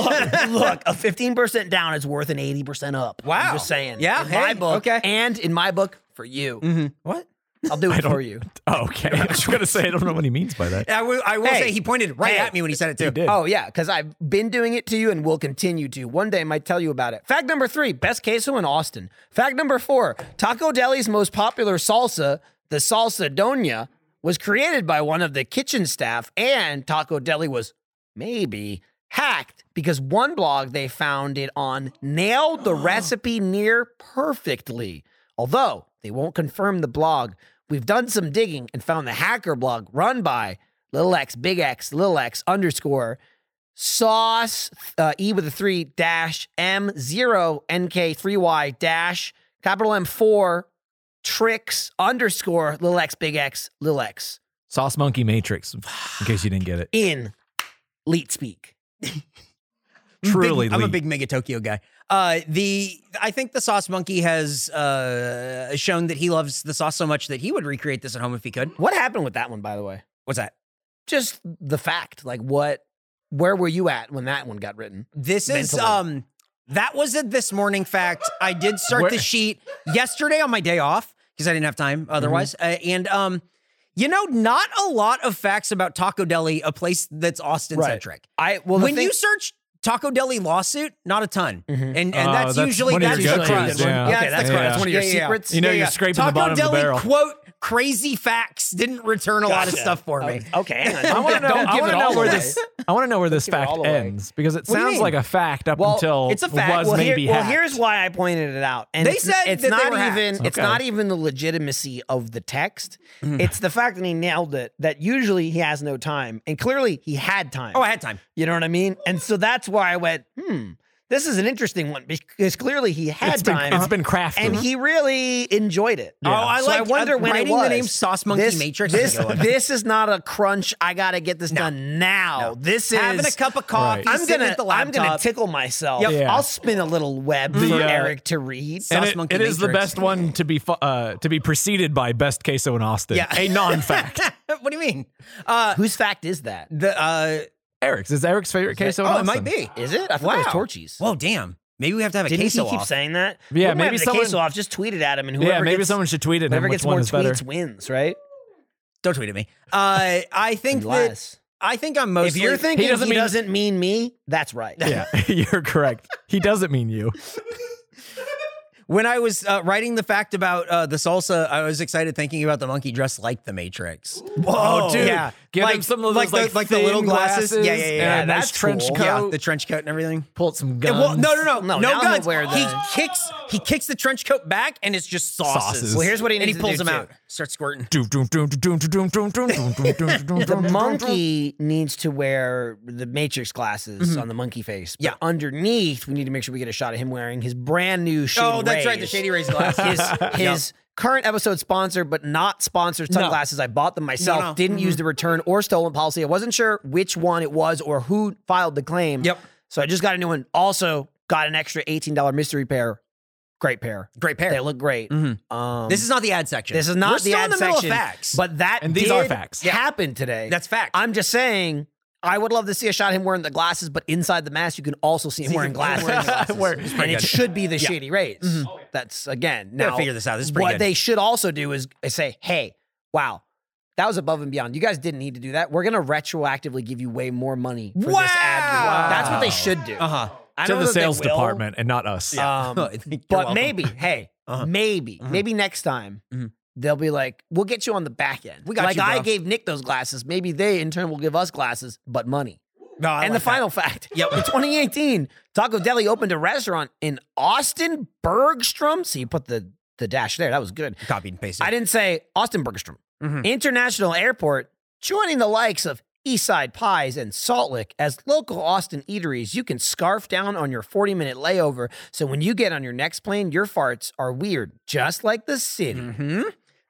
[laughs] look, look, a 15% down is worth an 80% up.
Wow.
I'm just saying.
Yeah,
In my
hey,
book.
okay.
And in my book, for you.
What?
I'll do it
don't-
for you.
Oh,
[laughs]
okay. I was gonna say I don't know what he means by that.
I will, I will
Hey.
say he pointed right
Hey.
at me when he said it too.
He did.
Oh yeah, because I've been doing it to you and will continue to. One day I might tell you about it. Fact number three: best queso in Austin. Fact number four: Taco Deli's most popular salsa, the salsa doña, was created by one of the kitchen staff, and Taco Deli was maybe hacked because one blog they found it on nailed the recipe near perfectly. Although they won't confirm the blog, we've done some digging and found the hacker blog run by little x big x little x underscore sauce uh, e with a three dash m zero nk three y dash capital m four tricks underscore little x big x little x
Sauce Monkey Matrix, in case you didn't get it.
in leet speak.
Truly,
[laughs] Big- I'm a
Lee.
big Mega Tokyo guy. Uh, the I think the Sauce Monkey has uh, shown that he loves the sauce so much that he would recreate this at home if he could.
What happened with that one, by the way?
What's that?
Just the fact, like what, where were you at when that one got written?
This is
Mentally.
um that was a this morning fact. I did start
Where- Mm-hmm.
the sheet yesterday on my day off because I didn't have time otherwise. Uh, and um, you know, not a lot of facts about Taco Deli, a place that's Austin centric.
I well, the
when
thing-
you search Taco Deli lawsuit, not a ton, and and
Oh,
that's,
that's
usually
one of your
that's
go-tos,
the crust.
yeah.
Yeah,
Okay,
it's
that's
the crust.
yeah.
one of your
Yeah, yeah, yeah.
secrets.
You know,
Yeah,
you're
yeah.
scraping
Taco
the bottom
Deli
of the barrel.
quote crazy facts didn't return a lot of stuff for me.
Okay,
[laughs]
hang on.
I want to know.
Don't
I
give
want
it
to know
all
where
away.
this. I want to know where this
give it
fact
all away.
ends because it
do you
sounds
mean?
like a fact up
Well,
until
it's a fact.
was
Well, here-
maybe
well,
hacked.
here's why I pointed it out. And
They
it's,
said
it's
that they
not
were hacked. Mm.
even it's
Okay.
not even the legitimacy of the text. It's the fact that he nailed it. That usually he has no time, and clearly he had time.
Oh, I had time.
you know what I mean? And so that's why I went, hmm, this is an interesting one because clearly he had
It's been-
time.
it's been crafted.
and he really enjoyed it.
Oh, I
So
like
I wonder
uh,
when it
writing
was.
the name Sauce Monkey
this,
Matrix.
This,
is a good one.
this is not a crunch. I got to get this done now. This is
having a cup of coffee.
Right.
I'm
sitting
gonna
at the
I'm gonna
laptop.
tickle myself.
Yep.
Yeah.
I'll spin a little web
The,
for
uh,
Eric to read.
And
Sauce
it-
Monkey
it is the
Matrix.
best one to be fu- uh, to be preceded by best queso in Austin.
Yeah. [laughs]
A non-fact.
what, what do you mean? Uh,
Whose fact is that?
the uh,
Eric's is Eric's favorite queso. in
oh, it might
Austin.
be.
Is it? I thought it was
Wow.
Torchy's.
Well, damn. Maybe we have to have a
Didn't
queso
he keep
off.
saying that?
Yeah,
What
maybe
happened to
someone-
queso off. Just tweet it at him, and whoever
Yeah, maybe
gets,
someone should tweet it.
whoever
Whoever
gets
which
more
one is better?
tweets wins, right?
Don't tweet at me. Uh, I think [laughs]
And
that
lies.
I think I'm mostly.
If you're thinking he
doesn't
doesn't,
mean-
mean me, that's right.
[laughs]
[laughs]
Yeah, you're correct. He doesn't mean you.
when I was uh, writing the fact about uh, the salsa, I was excited thinking about the monkey dressed like the Matrix.
Oh, dude.
yeah.
Give
Like-
him some of those
like the-
like,
like the little
thin
glasses. Yeah, yeah,
and
yeah,
a nice
that's
trench
cool.
coat.
Yeah, the trench coat and everything.
Pull out some
Yeah,
guns.
Well, no, no,
No,
no, no,
now I'm
guns.
aware
he
that-
kicks, he kicks the trench coat back, and it's just sauces.
Sauces.
Well, here's what he
and
needs
he pulls
to do
them
too.
out, starts squirting.
The
The
monkey needs to wear the Matrix glasses on the monkey face. But
Mm-hmm. Yeah.
underneath, we need to make sure we get a shot of him wearing his brand new. Shady
oh, that's right, the
Rays.
Shady Rays
[laughs]
glass.
his his current episode sponsor, but not sponsored sunglasses. I bought them myself.
no. Mm-hmm.
Didn't use the return or stolen policy. I wasn't sure which one it was or who filed the claim.
Yep.
So I just got a new one. Also got an extra eighteen dollar mystery pair. Great pair.
Great pair.
They look great. Um,
Mm-hmm. This is not the ad section.
this is not
We're
the
still
ad
in the
section.
middle of facts.
But that
And these are
did
facts. Yeah.
Happened today.
That's fact.
I'm just saying. I would love to see a shot of him wearing the glasses, but inside the mask, you can also see him wearing glasses.
[laughs] Where-
and it should be the shady rays.
Mm-hmm.
Oh,
That's again.
gotta
Now
figure this out. This is pretty
what
good.
they should also do is say, "Hey, wow, that was above and beyond. You guys didn't need to do that. We're gonna retroactively give you way more money for this ad. you
Wow.
want." That's what they should [laughs] do.
uh-huh.
I
to
don't
the
know that they
sales
will,
department and not us. Uh,
[laughs] Um, but
[laughs]
maybe, hey,
Uh-huh.
maybe, maybe next time.
Mhm.
They'll be like, we'll get you on the back end.
We got
like
you,
I
bro.
gave Nick those glasses. Maybe they in turn will give us glasses, but money and the final fact.
[laughs] Yep.
In 2018, Taco Deli opened a restaurant in Austin Bergstrom. So you put the the dash there. That was good.
copied and pasted.
I didn't say Austin Bergstrom.
Mhm.
International Airport, joining the likes of Eastside Pies and Salt Lick as local Austin eateries you can scarf down on your 40 minute layover. So when you get on your next plane, your farts are weird, just like the city.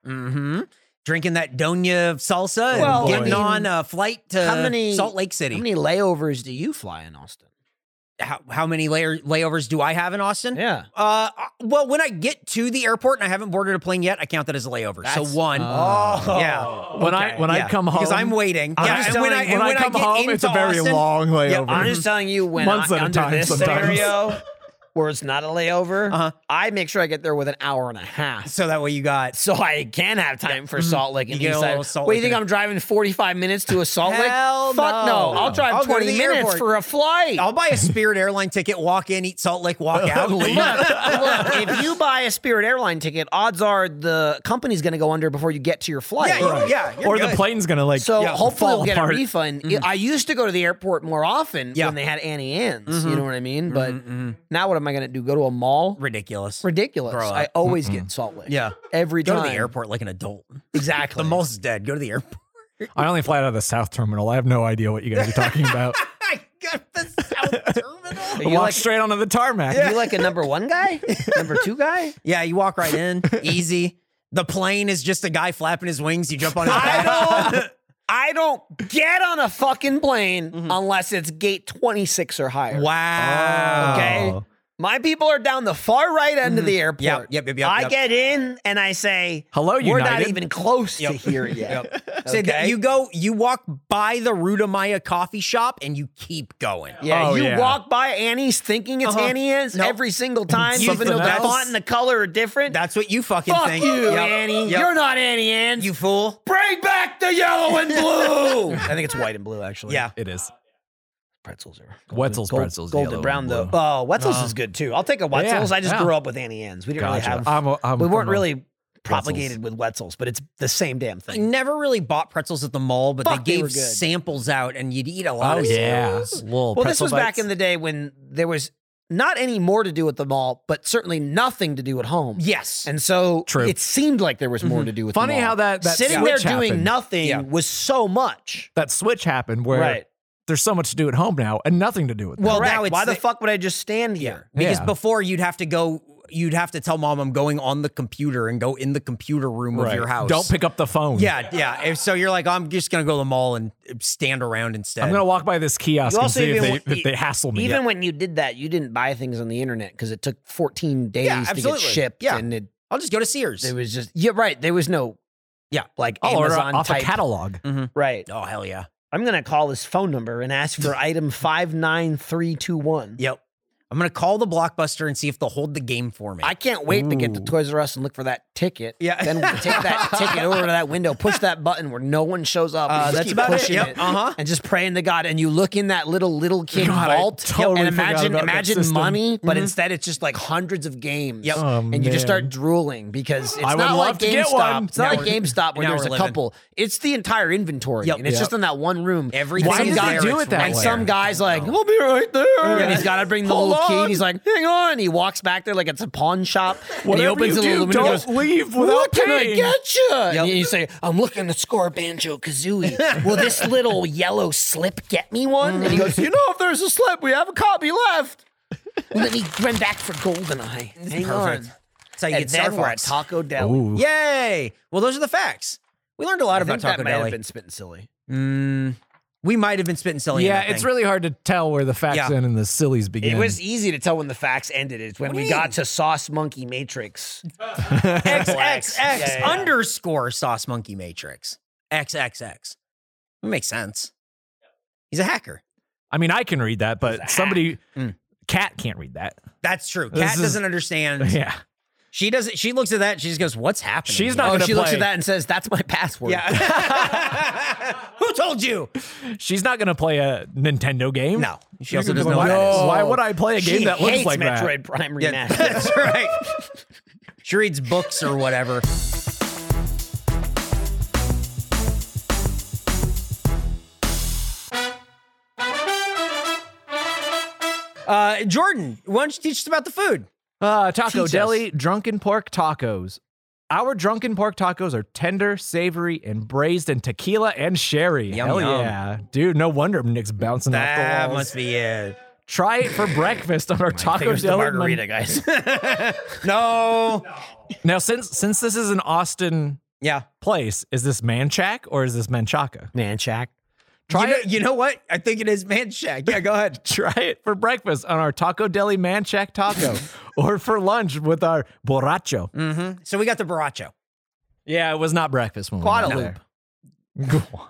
Mm-hmm. Mm-hmm. Drinking that Donya salsa
Well,
and
boy.
getting
I mean,
on a flight to
how many-
Salt Lake City.
How many layovers do you fly in Austin?
how, how many layer, layovers do I have in Austin?
Yeah.
Uh, well, when I get to the airport and I haven't boarded a plane yet, I count that as a layover.
That's-
so one.
Oh.
yeah.
When I when I
yeah,
come home,
because I'm waiting.
I'm
yeah,
just
and
telling you,
when I,
when
and
I
when
come
I get
home,
into
it's a very
Austin-
long
Yeah,
layover.
I'm just uh, telling you when
Months
I,
at a
under
time
this
sometimes. [laughs]
scenario where it's not a layover,
Uh-huh.
I make sure I get there with an hour and a half.
So that way you got.
So I can have time for Salt Lake and
You get a
Eastside.
little Salt
what do you
Lake
think?
in
I'm driving 45 minutes to a Salt Lake?
Hell
Fuck no!
no.
I'll drive
I'll go to
20
the
minutes
airport.
for a flight. [laughs]
I'll buy a Spirit airline ticket, walk in, eat Salt Lake, walk out, leave.
Look, if
[laughs]
you buy a Spirit airline ticket, odds are the company's going to go under before you get to your flight.
Yeah, you- yeah. you're
or the
good.
plane's gonna like
So
yeah,
hopefully
fall
we'll get
apart.
a refund. I used to go to the airport more often
Mm-hmm. Yeah. Mm-hmm.
when they had Annie Ann's. You know what I mean? But now what am I going to do? Go to a mall?
Ridiculous.
ridiculous.
Grow up.
I always get Salt Lake.
Yeah.
Every
Go
time.
to the airport like an adult.
Exactly.
The mall's dead. Go to the airport.
I only fly out of the South Terminal. I have no idea what you guys are talking [laughs] about.
[laughs] I got the [laughs] South Terminal.
Walk
you like-
straight onto the tarmac.
You like a number one guy? number two guy?
Yeah, you walk right in, easy. The plane is just a guy flapping his wings. You jump on his back.
I don't. I don't get on a fucking plane
Mm-hmm.
unless it's gate 26 or higher.
[laughs] Wow.
Okay. My people are down the far right end of the airport.
Mm-hmm. Yep, yep, yep, yep,
I
yep.
get in and I say,
Hello,
We're not
United."
even close to here yet.
So that
Okay?
you go, you walk by the Rudamaya coffee shop and you keep going.
Yeah,
Oh,
you
yeah.
walk by Annie's thinking it's
Uh-huh.
Annie Ann's
Nope.
every single time,
You
even though
think
the
that's-
font and the color are different.
That's what you fucking
Fuck
think.
you,
Yep.
Annie.
Yep.
You're not Annie Ann.
you fool.
Bring back the yellow and blue. [laughs] I think it's white and blue, actually.
Yeah.
It is.
pretzels are
Wetzel's
gold-
pretzels,
golden
yellow
brown
and
though.
blue.
Oh, Wetzel's is good too. I'll take a Wetzel's.
Yeah,
I just
yeah.
grew up with Annie Ann's. We didn't
Gotcha.
really have.
I'm a- I'm
we
from
weren't
a
really propagated with Wetzel's, but it's the same damn
I
thing.
never really bought pretzels at the mall, but
Fuck, they
they
were
gave
good.
samples out and you'd eat a lot
Oh
of
yeah.
samples.
Little
Well, this
pretzel
was back
bites.
in the day when there was not any more to do at the mall, but certainly nothing to do at home.
Yes.
And so
True. Mm-hmm.
it seemed like there was more to do with
Funny
the mall.
how that- that
sitting there
switch
doing
happened.
nothing
Yeah.
was so much.
that switch happened where
Right.
there's so much to do at home now and nothing to do with.
Well,
Correct.
now it's
Why the,
the-
fuck would I just stand here?
Because
Yeah.
before you'd have to go, you'd have to tell mom I'm going on the computer and go in the computer room
them.
of your house.
Don't pick up the phone.
Yeah, yeah. If- so you're like, I'm just gonna go to the mall and uh, stand around instead.
I'm gonna walk by this kiosk
You
and
also
see if
even
they,
wa-
if they hassle me.
Even when you did that, you didn't buy things on the internet because it took 14 days to get
absolutely.
shipped.
Yeah.
And it,
I'll just go to Sears.
it was just, yeah, right. There was no
Yeah.
like
Oh, or
Amazon
off
type.
a catalog.
Right.
Oh hell yeah.
I'm gonna call his phone number and ask
[laughs]
for item five nine three two one.
Yep. I'm gonna call the blockbuster and see if they'll hold the game for me.
I can't wait to get to Toys R Us and look for that ticket.
Yeah.
Then we take that ticket over to that window, push that button where no one shows up. and
Uh,
just
that's
keep
about it.
pushing
Yep. Uh-huh.
And just praying to God. And you look in that little little kid
God, I
vault
totally
and
forgot
imagine
about that
imagine
system.
money, but instead it's just like hundreds of games.
Yep.
Oh,
and you just start
man.
drooling because it's
I would
not
love
like
to get
GameStop.
one.
It's not
Now
like
we're-
GameStop where
now
there's
we're
a
living.
couple. It's the entire inventory.
Yep.
And it's
Yep.
just in that one room.
Everything
Why
is
did
there.
they do
It's
it that
one
And
way.
some guy's like, "We'll be right there," and he's got to bring the
Hold
little key.
on.
And he's like, "Hang on." He walks back there like it's a pawn shop, and he
Whatever
opens
you
the little
do,
window and
don't
goes,
leave without
"What can I
paying."
get you?" And you say, "I'm looking to score banjo [laughs] kazooie. Will this little yellow slip get me one?" And he goes, "You know, if there's a slip, we have a copy left." Let me run back for Goldeneye. Hang
Perfect.
on.
That's how you
And
get Star
then we're at
Fox.
Taco Deli.
Ooh.
Yay! Well, those are the facts. We learned a lot
I
about
think that
Taco
might have
Deli.
been spitting silly.
we might have been spitting silly. in
Yeah,
that
it's
thing.
really hard to tell where the facts
Yeah.
end and the sillies begin.
It was easy to tell when the facts ended. It's when
What do
we
you mean?
got to Sauce Monkey Matrix.
X X X
Yeah, yeah, yeah.
underscore Sauce Monkey Matrix. X X X. It makes sense. He's a hacker.
I mean, I can read that, but somebody,
Mm.
Cat can't read that.
That's true.
This
Kat
is-
doesn't understand.
[laughs] Yeah,
She doesn't. She looks at that. She just goes, "What's happening?"
She's
here?"
not-
Oh,
gonna
she looks at
play.
that and says, "That's my password." [laughs]
Yeah. [laughs] Who told you?
she's not gonna play a Nintendo game.
No. She also
Why,
doesn't know what that is.
why would I play a game
She
that looks
hates
like that?
Metroid Prime
Yeah, [laughs]
Remastered. [laughs]
that's right. She reads books or whatever. Uh, Jordan, why don't you teach us about the food?
Uh, Taco
Teach
Deli Drunken Pork Tacos. Our drunken pork tacos are tender, savory, and braised in tequila and sherry.
Yum,
Hell
yum.
yeah, dude! No wonder Nick's bouncing off the walls.
be it.
Try it for breakfast
[laughs]
on our Taco
Here's the
Deli. mon-
margarita, guys.
No.
Now, since since this is an Austin
Yeah.
place, is this Manchac or is this Manchaca?
Manchac.
Try
you, know,
it. [laughs]
you know what? I think it is man shack. Yeah, go ahead.
Try it for breakfast on our Taco Deli Manchac
[laughs]
Taco or for lunch with our Borracho.
Mm-hmm. So we got the baracho.
Yeah, it was not breakfast when we were
Guadalupe.
there. Go on.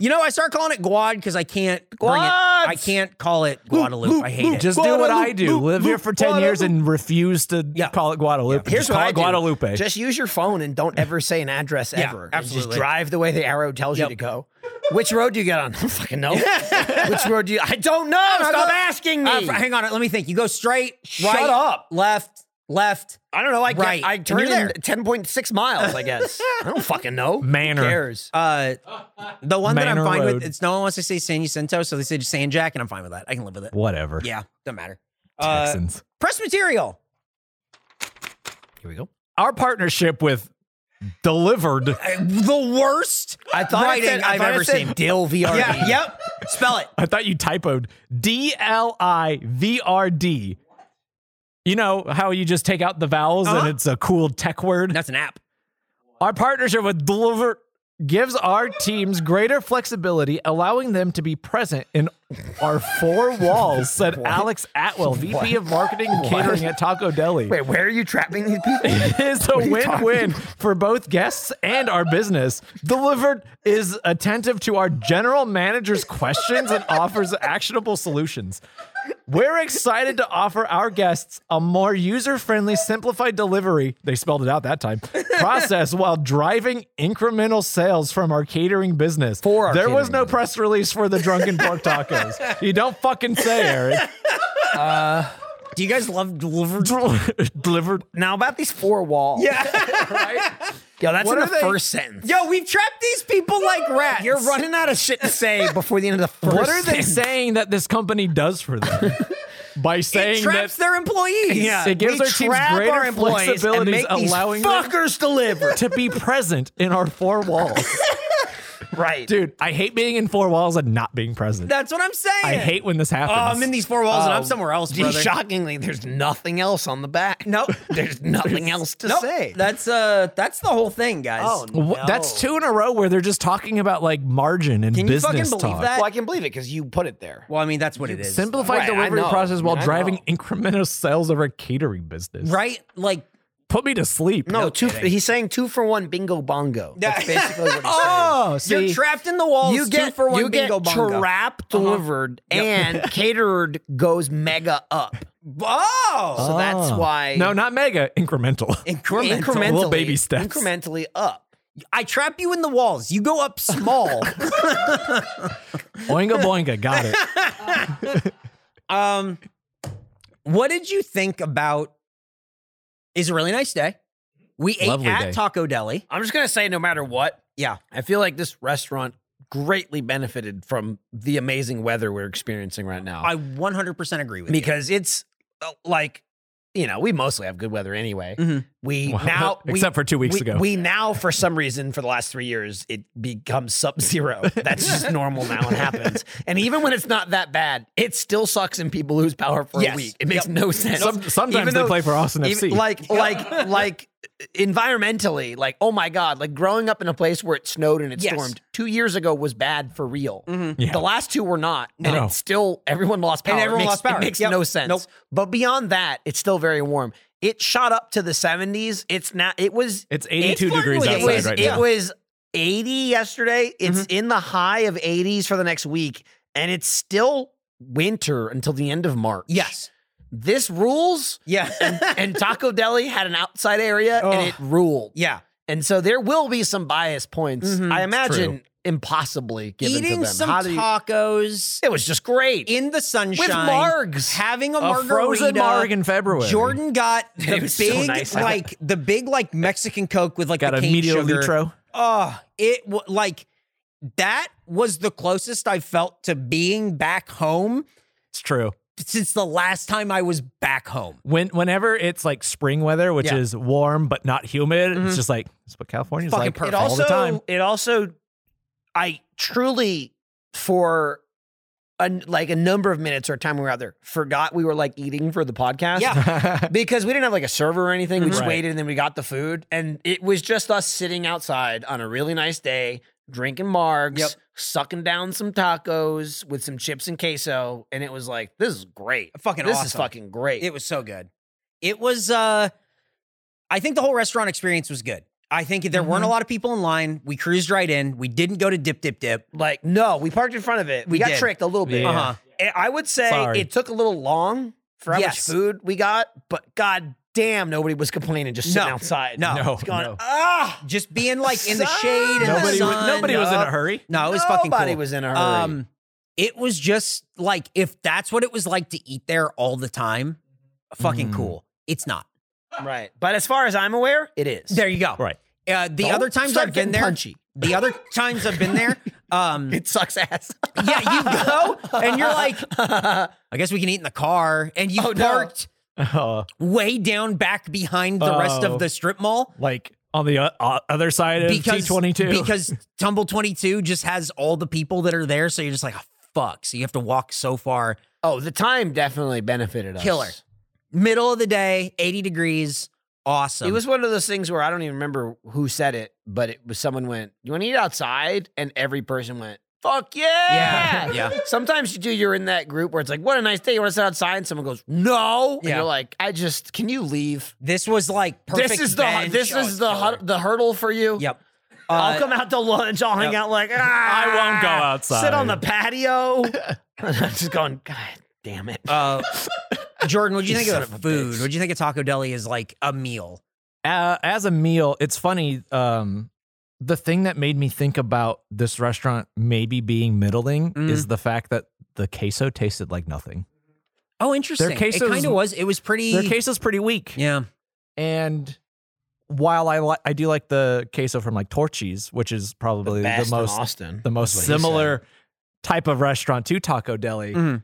You know, I start calling it Guad because I can't bring it. I
Guads!
can't call it Guadalupe. I hate it.
Just do what I do.
Guadalupe,
Live here for 10 years and refuse to
Yeah.
call it Guadalupe.
Here's
Just
what
call
I
it
do.
Guadalupe.
Just use your phone and don't ever say an address
Yeah,
ever. And
absolutely.
Just drive the way the arrow tells
Yep.
you to go. Which road do you get on? [laughs] I don't fucking know. Which road do you? I don't know.
I
Stop
go-
asking me.
Uh, fr- hang on, let me think. You go straight,
Shut
right,
up.
left, left.
I don't know. I
Right.
get, I
And
turned
you're
in ten point six miles. I [laughs] guess I don't fucking know.
Manor.
Who cares?
Uh, the one that I'm
Manor
fine
Road.
with, it's no one wants to say San Jacinto, so they say San Jack, and I'm fine with that. I can live with it.
Whatever.
Yeah, doesn't matter. Uh,
Texans.
press material.
Here we go. Our partnership with Delivered.
Uh, The worst
I thought
writing
I said, I
have
thought I
ever
said
seen.
Dill VR.
Yeah, yep. Spell it.
[laughs] I thought you typoed D L I V R D. You know how you just take out the vowels
Uh-huh.
and it's a cool tech word?
That's an app.
Our partnership with Deliver gives our teams greater flexibility, allowing them to be present in our four walls, said Alex Atwell, VP of Marketing and Catering at Taco Deli.
Wait, where are you trapping these people? [laughs]
It is a win win for both guests and our business. Delivered is attentive to our general manager's questions and offers actionable solutions. We're excited to offer our guests a more user friendly, simplified delivery. They spelled it out that time. Process while driving incremental sales from our catering business.
For our
there was
catering
no press release for the drunken pork tacos. you don't fucking say,
[laughs]
Eric.
Do you guys love delivered?
Delivered,
Now about these four walls. [laughs] Yeah,
right?
yo, that's
What
in
are
the
they-
first sentence.
Yo, we've trapped these people like rats.
You're running out of shit to
[laughs]
say before the end of the first.
What are they
sentence.
saying that this company does for them? By saying
It traps
that
their employees.
Yeah.
it gives
we
their teams
trap
greater
our employees and
flexibilities,
make these
allowing them
fuckers deliver.
to be present in our four walls.
right,
[laughs] Dude, I hate being in four walls and not being present.
That's what I'm saying.
I hate when this happens.
Oh, I'm in these four walls and I'm somewhere else,
Gee,
brother.
Um, Shockingly, there's nothing else on the back.
[laughs]
[laughs]
Nope.
there's nothing else to
Nope.
say.
That's uh that's the whole thing, guys.
Oh, no.
Wha- That's two in a row where they're just talking about like margin and
Can you fucking
business
believe
talk.
that?
Well, I can believe it because you put it there.
Well, I mean, that's what it is.
Simplified
Right, I
delivery
know.
process while
I know.
driving incremental sales of our catering business.
Right? Like
Put me to sleep.
No, two. He's saying two for one bingo bongo. That's basically
[laughs]
what he's
Oh,
saying.
you're trapped in the walls.
You get
two for one
you
bingo
get
bongo. Uh-huh.
trap delivered,
[laughs]
and catered goes mega up.
Oh,
So that's why
Ah. No, not mega. Incremental.
incremental.
incrementally,
Little baby steps.
incrementally up.
I trap you in the walls. You
[laughs]
go up small.
Oinga [laughs] boinga. Got it.
[laughs] um, what did you think about? Is a really nice day. We ate
Lovely
at
day.
Taco Deli.
I'm just gonna say, no matter what,
Yeah,
I feel like this restaurant greatly benefited from the amazing weather we're experiencing right now.
I 100% agree with
because it's uh, like you know we mostly have good weather anyway.
Mhm.
We
[laughs] Well,
now we-
except for two weeks
we-
ago.
we now for some reason for the last three years it becomes sub
[laughs]
zero. That's just normal now and happens. And even when it's not that bad, it still sucks and people lose power for
Yes.
a week. It makes no sense.
Some- sometimes
Even
they
though-
play for Austin
even-
FC.
like like like environmentally like oh my god like growing up in a place where it snowed and it
Yes. Mm-hmm.
stormed two years ago was bad for real
Yeah.
the last two were not and
No.
it's still everyone lost power
And
It
everyone
makes-
lost power.
it makes
Yep.
no sense
Nope.
but beyond that it's still very warm it shot up to the 70s it's now it was
It's 82 degrees
it
outside
was,
right
it
now.
was 80 yesterday it's
Mm-hmm.
in the high of 80s for the next week and it's still winter until the end of march
you. Yes.
this rules
Yeah.
and, and Taco Deli had an outside area and it ruled.
[laughs] yeah.
And so there will be some bias points.
Mhm.
I
It's
imagine impossibly given to
Eating
them.
some
How do you-
tacos
it was just great.
in the sunshine.
With margs.
Having a,
a
margarita.
frozen marg in February.
Jordan got
[laughs]
the
It
big,
was so nice.
like the big, like Mexican Coke with like
got
the
a
cane
medio
sugar.
litro.
Oh, it wa- like that was the closest I felt to being back home
It's true.
since the last time I was back home.
When whenever it's like spring weather, which
Yeah. Mm-hmm.
is warm but not humid, it's just like that's what California's
Fucking
like
perfect.
it
all
also
the
[laughs]
time.
it also I truly for a, like a number of minutes or a time we were out there forgot we were like eating for the podcast.
Yeah.
Because we didn't have like a server or anything. We just
Mm-hmm.
Right.
waited and then we got the food. And it was just us sitting outside on a really nice day, drinking margs,
Yep.
sucking down some tacos with some chips and queso. And it was like, this is great.
Fucking
this is
awesome.
fucking great.
It was so good. It was uh I think the whole restaurant experience was good. I think there weren't
Mm-hmm.
a lot of people in line. We cruised right in. We didn't go to dip dip dip.
like, no, we parked in front of it. We,
We
got
did.
tricked a little bit.
Yeah.
Uh-huh.
And I would say
Sorry.
it took a little long for how
Yes.
much food we got, but god damn, nobody was complaining just sitting
No.
outside.
No.
no,
It's going,
no.
ah,
Just being like in the
Sun!
shade and
nobody
the
was,
sun.
nobody was in
No.
a hurry.
No, it was
nobody
fucking cool.
was in a hurry.
Um, it was just like if that's what it was like to eat there all the time, fucking
Mm.
cool. It's not.
right. But as far as I'm aware, it is.
There you go.
Right.
Uh, the
Don't
other times
start
I've been
getting
there,
punchy.
the
[laughs]
other times I've been there, um,
It sucks ass. [laughs]
yeah, you go and you're like, I guess we can eat in the car, and you
Oh, no.
parked
Uh,
way down back behind the rest
Oh.
of the strip mall
like on the uh, uh, other side of
because
T22.
because Tumble Twenty Two just has all the people that are there, so you're just like, oh, fuck. So you have to walk so far.
Oh, the time definitely benefited us.
Killer. middle of the day, 80 degrees. Awesome.
It was one of those things where I don't even remember who said it, but it was someone went, "You want to eat outside?" and every person went, "Fuck yeah!"
Yeah, yeah.
[laughs] Sometimes you do. You're in that group where it's like, "What a nice day! You want to sit outside?" And someone goes, "No," and
Yeah.
you're like, "I just can you leave?
this was like perfect.
this is the
bench.
this
Oh,
is
it's
the
killer.
hu- the hurdle for you."
Yep.
I'll
Uh,
come out to lunch. I'll hang
yep.
out [laughs] like ah,
[laughs] I won't go outside.
Sit on the patio. I'm just going. God damn it.
Uh, Jordan, what do you
You
think of
son
the
of a
food?
bitch.
What do you think of Taco Deli is like a meal?
uh, as a meal, it's funny. Um, the thing that made me think about this restaurant maybe being middling
Mm.
is the fact that the queso tasted like nothing.
Oh, interesting. it
queso's-
kind of was. It was pretty.
Their queso's pretty weak.
yeah.
And while I li- I do like the queso from like Torchy's, which is probably the,
best in
most
Austin.
the most
is what he
similar type of restaurant to Taco Deli.
Mhm.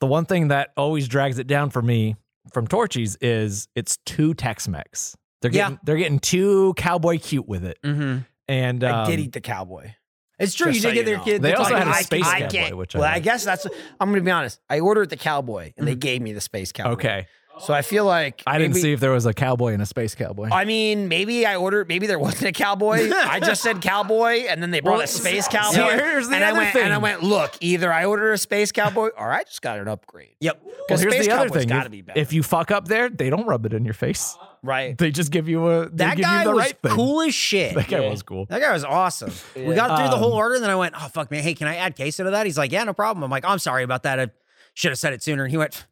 The one thing that always drags it down for me from Torchy's is it's too Tex-Mex. They're
Yeah.
getting they're getting too cowboy cute with it.
Mm-hmm.
And
I did
um,
eat the cowboy.
It's true.
Just
you
so
did get
you
their
know.
kid.
They
the
also
Taco
had a
Bell.
I-
space
I
cowboy,
can't-
which I
well, I,
like.
guess that's. I'm going to be honest. I ordered the cowboy, and they gave me the space cowboy.
okay.
so I feel like
I didn't
maybe-
see if there was a cowboy and a space cowboy.
I mean, maybe I ordered. Maybe there wasn't a cowboy. I just said cowboy, and then they brought
Well,
a space
see,
cowboy.
here's the
and I
other
went, and I
thing.
went. Look, either I ordered a space cowboy, or I just got an upgrade.
Yep.
well,
Because
here's
space
the other
cowboy's
thing:
Got to
if,
be better.
if you fuck up there, they don't rub it in your face.
up.
right.
They just give you a. They
That
give
guy
you the
was
right thing.
cool as shit.
That guy was cool.
That guy was awesome. We got through the whole order, and then I went, "Oh fuck, man! Hey, can I add queso to that?" He's like, "Yeah, no problem." I'm like, "I'm sorry about that. I should have said it sooner." And he went,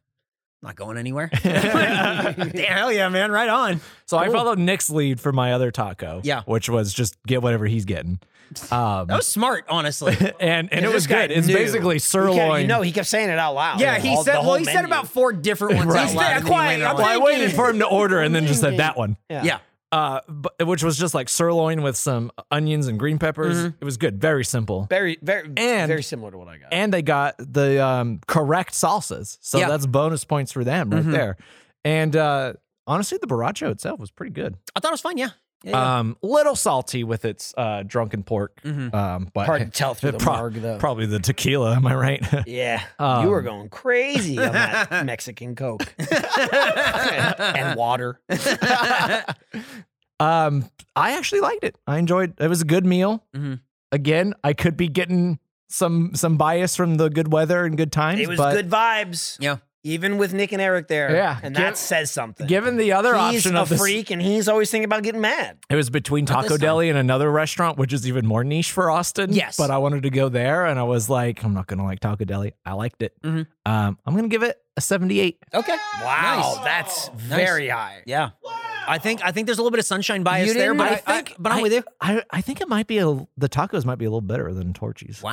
"Not going [laughs] anywhere." Damn, hell yeah, man! Right on.
So I followed Nick's lead for my other taco.
Yeah.
Which was just get whatever he's getting. Um,
That was smart, honestly.
and and it
This
was
guy
good. It's
knew.
basically
He kept-
sirloin.
You know, he kept saying it out loud.
[laughs] yeah, he
All- the
said.
whole
Well, he said
menu.
about four different [laughs] ones
Right.
out loud, and then he
Quiet,
waited
I'm
on
well,
one.
I waited for him to order and then just said that one.
Yeah.
Yeah,
Uh, but, which was just like sirloin with some onions and green peppers.
Mm-hmm.
It was good. Very simple.
very, very,
And-
very similar to what I got.
and they got the um, correct salsas. So
Yeah.
that's bonus points for them
Mm-hmm.
right there. And uh, honestly, the baracho itself was pretty good.
I thought it was fun. Yeah, yeah, yeah.
Um, little salty with its uh, drunken pork,
Mm-hmm. [laughs]
um, but [laughs]
Hard to tell through the
Pro-
marg, though.
probably the tequila. Am I right? [laughs]
yeah, you
Um,
were going crazy on that Mexican
[laughs]
Coke and water.
um, I actually liked it. I enjoyed. It was a good meal.
Mhm.
Again, I could be getting some some bias from the good weather and good times.
It was
but
good vibes.
[laughs] Yeah.
Even with Nick and Eric there.
Yeah.
And
Give-
that says something.
Given the other
he's
option
a
of this-
freak and he's always thinking about getting mad.
It was between Taco
this time.
Deli and another restaurant, which is even more niche for Austin.
Yes.
But I wanted to go there and I was like, I'm not going to like Taco Deli. I liked it.
Mhm.
Um, I'm going to give it a 78.
okay.
Wow.
Nice.
That's
Nice.
very high.
Yeah, I think I think there's a little bit of sunshine bias
You
there,
didn't-
but I,
I
think, but I'm with you.
I, I think it might be a, the tacos might be a little better than Torchy's.
Wow.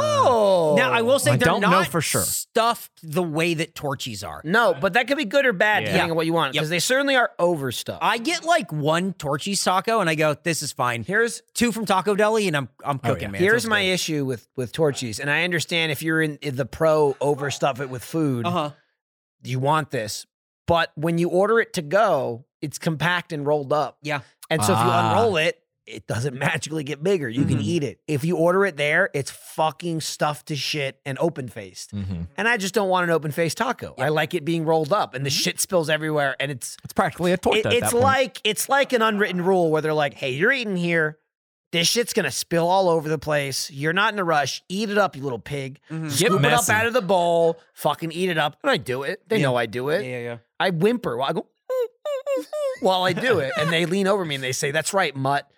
Oh.
Now I will say
I
they're
don't know
not
for sure.
stuffed the way that Torchies are.
No, but that could be good or bad
Yeah.
depending on what you want because
Yep.
they certainly are overstuffed.
I get like one Torchy's taco and I go, this is fine.
Here's
Two from Taco Deli and I'm I'm cooking,
Oh, yeah.
man.
here's my issue with with Torchies, and I understand if you're in in the pro overstuff it with
Uh-huh.
food,
Uh huh.
you want this, but when you order it to go, it's compact and rolled up.
Yeah.
And so if you
Ah.
unroll it, it doesn't [laughs] magically get bigger. You can
Mhm.
eat it. If you order it there, it's fucking stuffed to shit and open
Mm-hmm.
faced. And I just don't want an open faced taco. I like it being rolled up and the shit spills everywhere. And it's
It's practically a torta.
it-
at that
it's
point.
like it's like an unwritten rule where they're like, hey, you're eating here. This shit's gonna spill all over the place. You're not in a rush. Eat it up, you little pig.
Get
Scoop it up
messy.
out of the bowl. Fucking eat it up. Mm-hmm. And I do it. They know I do it.
yeah.
I whimper while I go "Mm, while I do it, and they lean over me and they say, "That's right, mutt."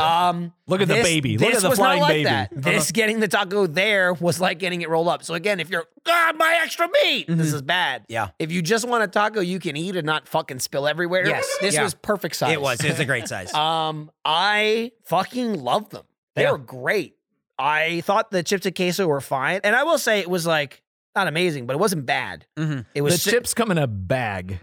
Um,
Look at the
this-
baby. Look
this
at the
was not
flying
like
baby.
that. This getting the taco there was like getting it rolled up. So again, if you're God, my extra meat, this is bad.
Yeah.
If you just want a taco, you can eat and not fucking spill everywhere.
Yes.
this
Yeah.
was perfect size.
It was. It was
[laughs]
a great size.
Um, I fucking love them. They
Yeah.
were great. I thought the chips and queso were fine, and I will say it was like not amazing, but it wasn't bad.
Mhm.
It
the
was si-
chips come in a bag,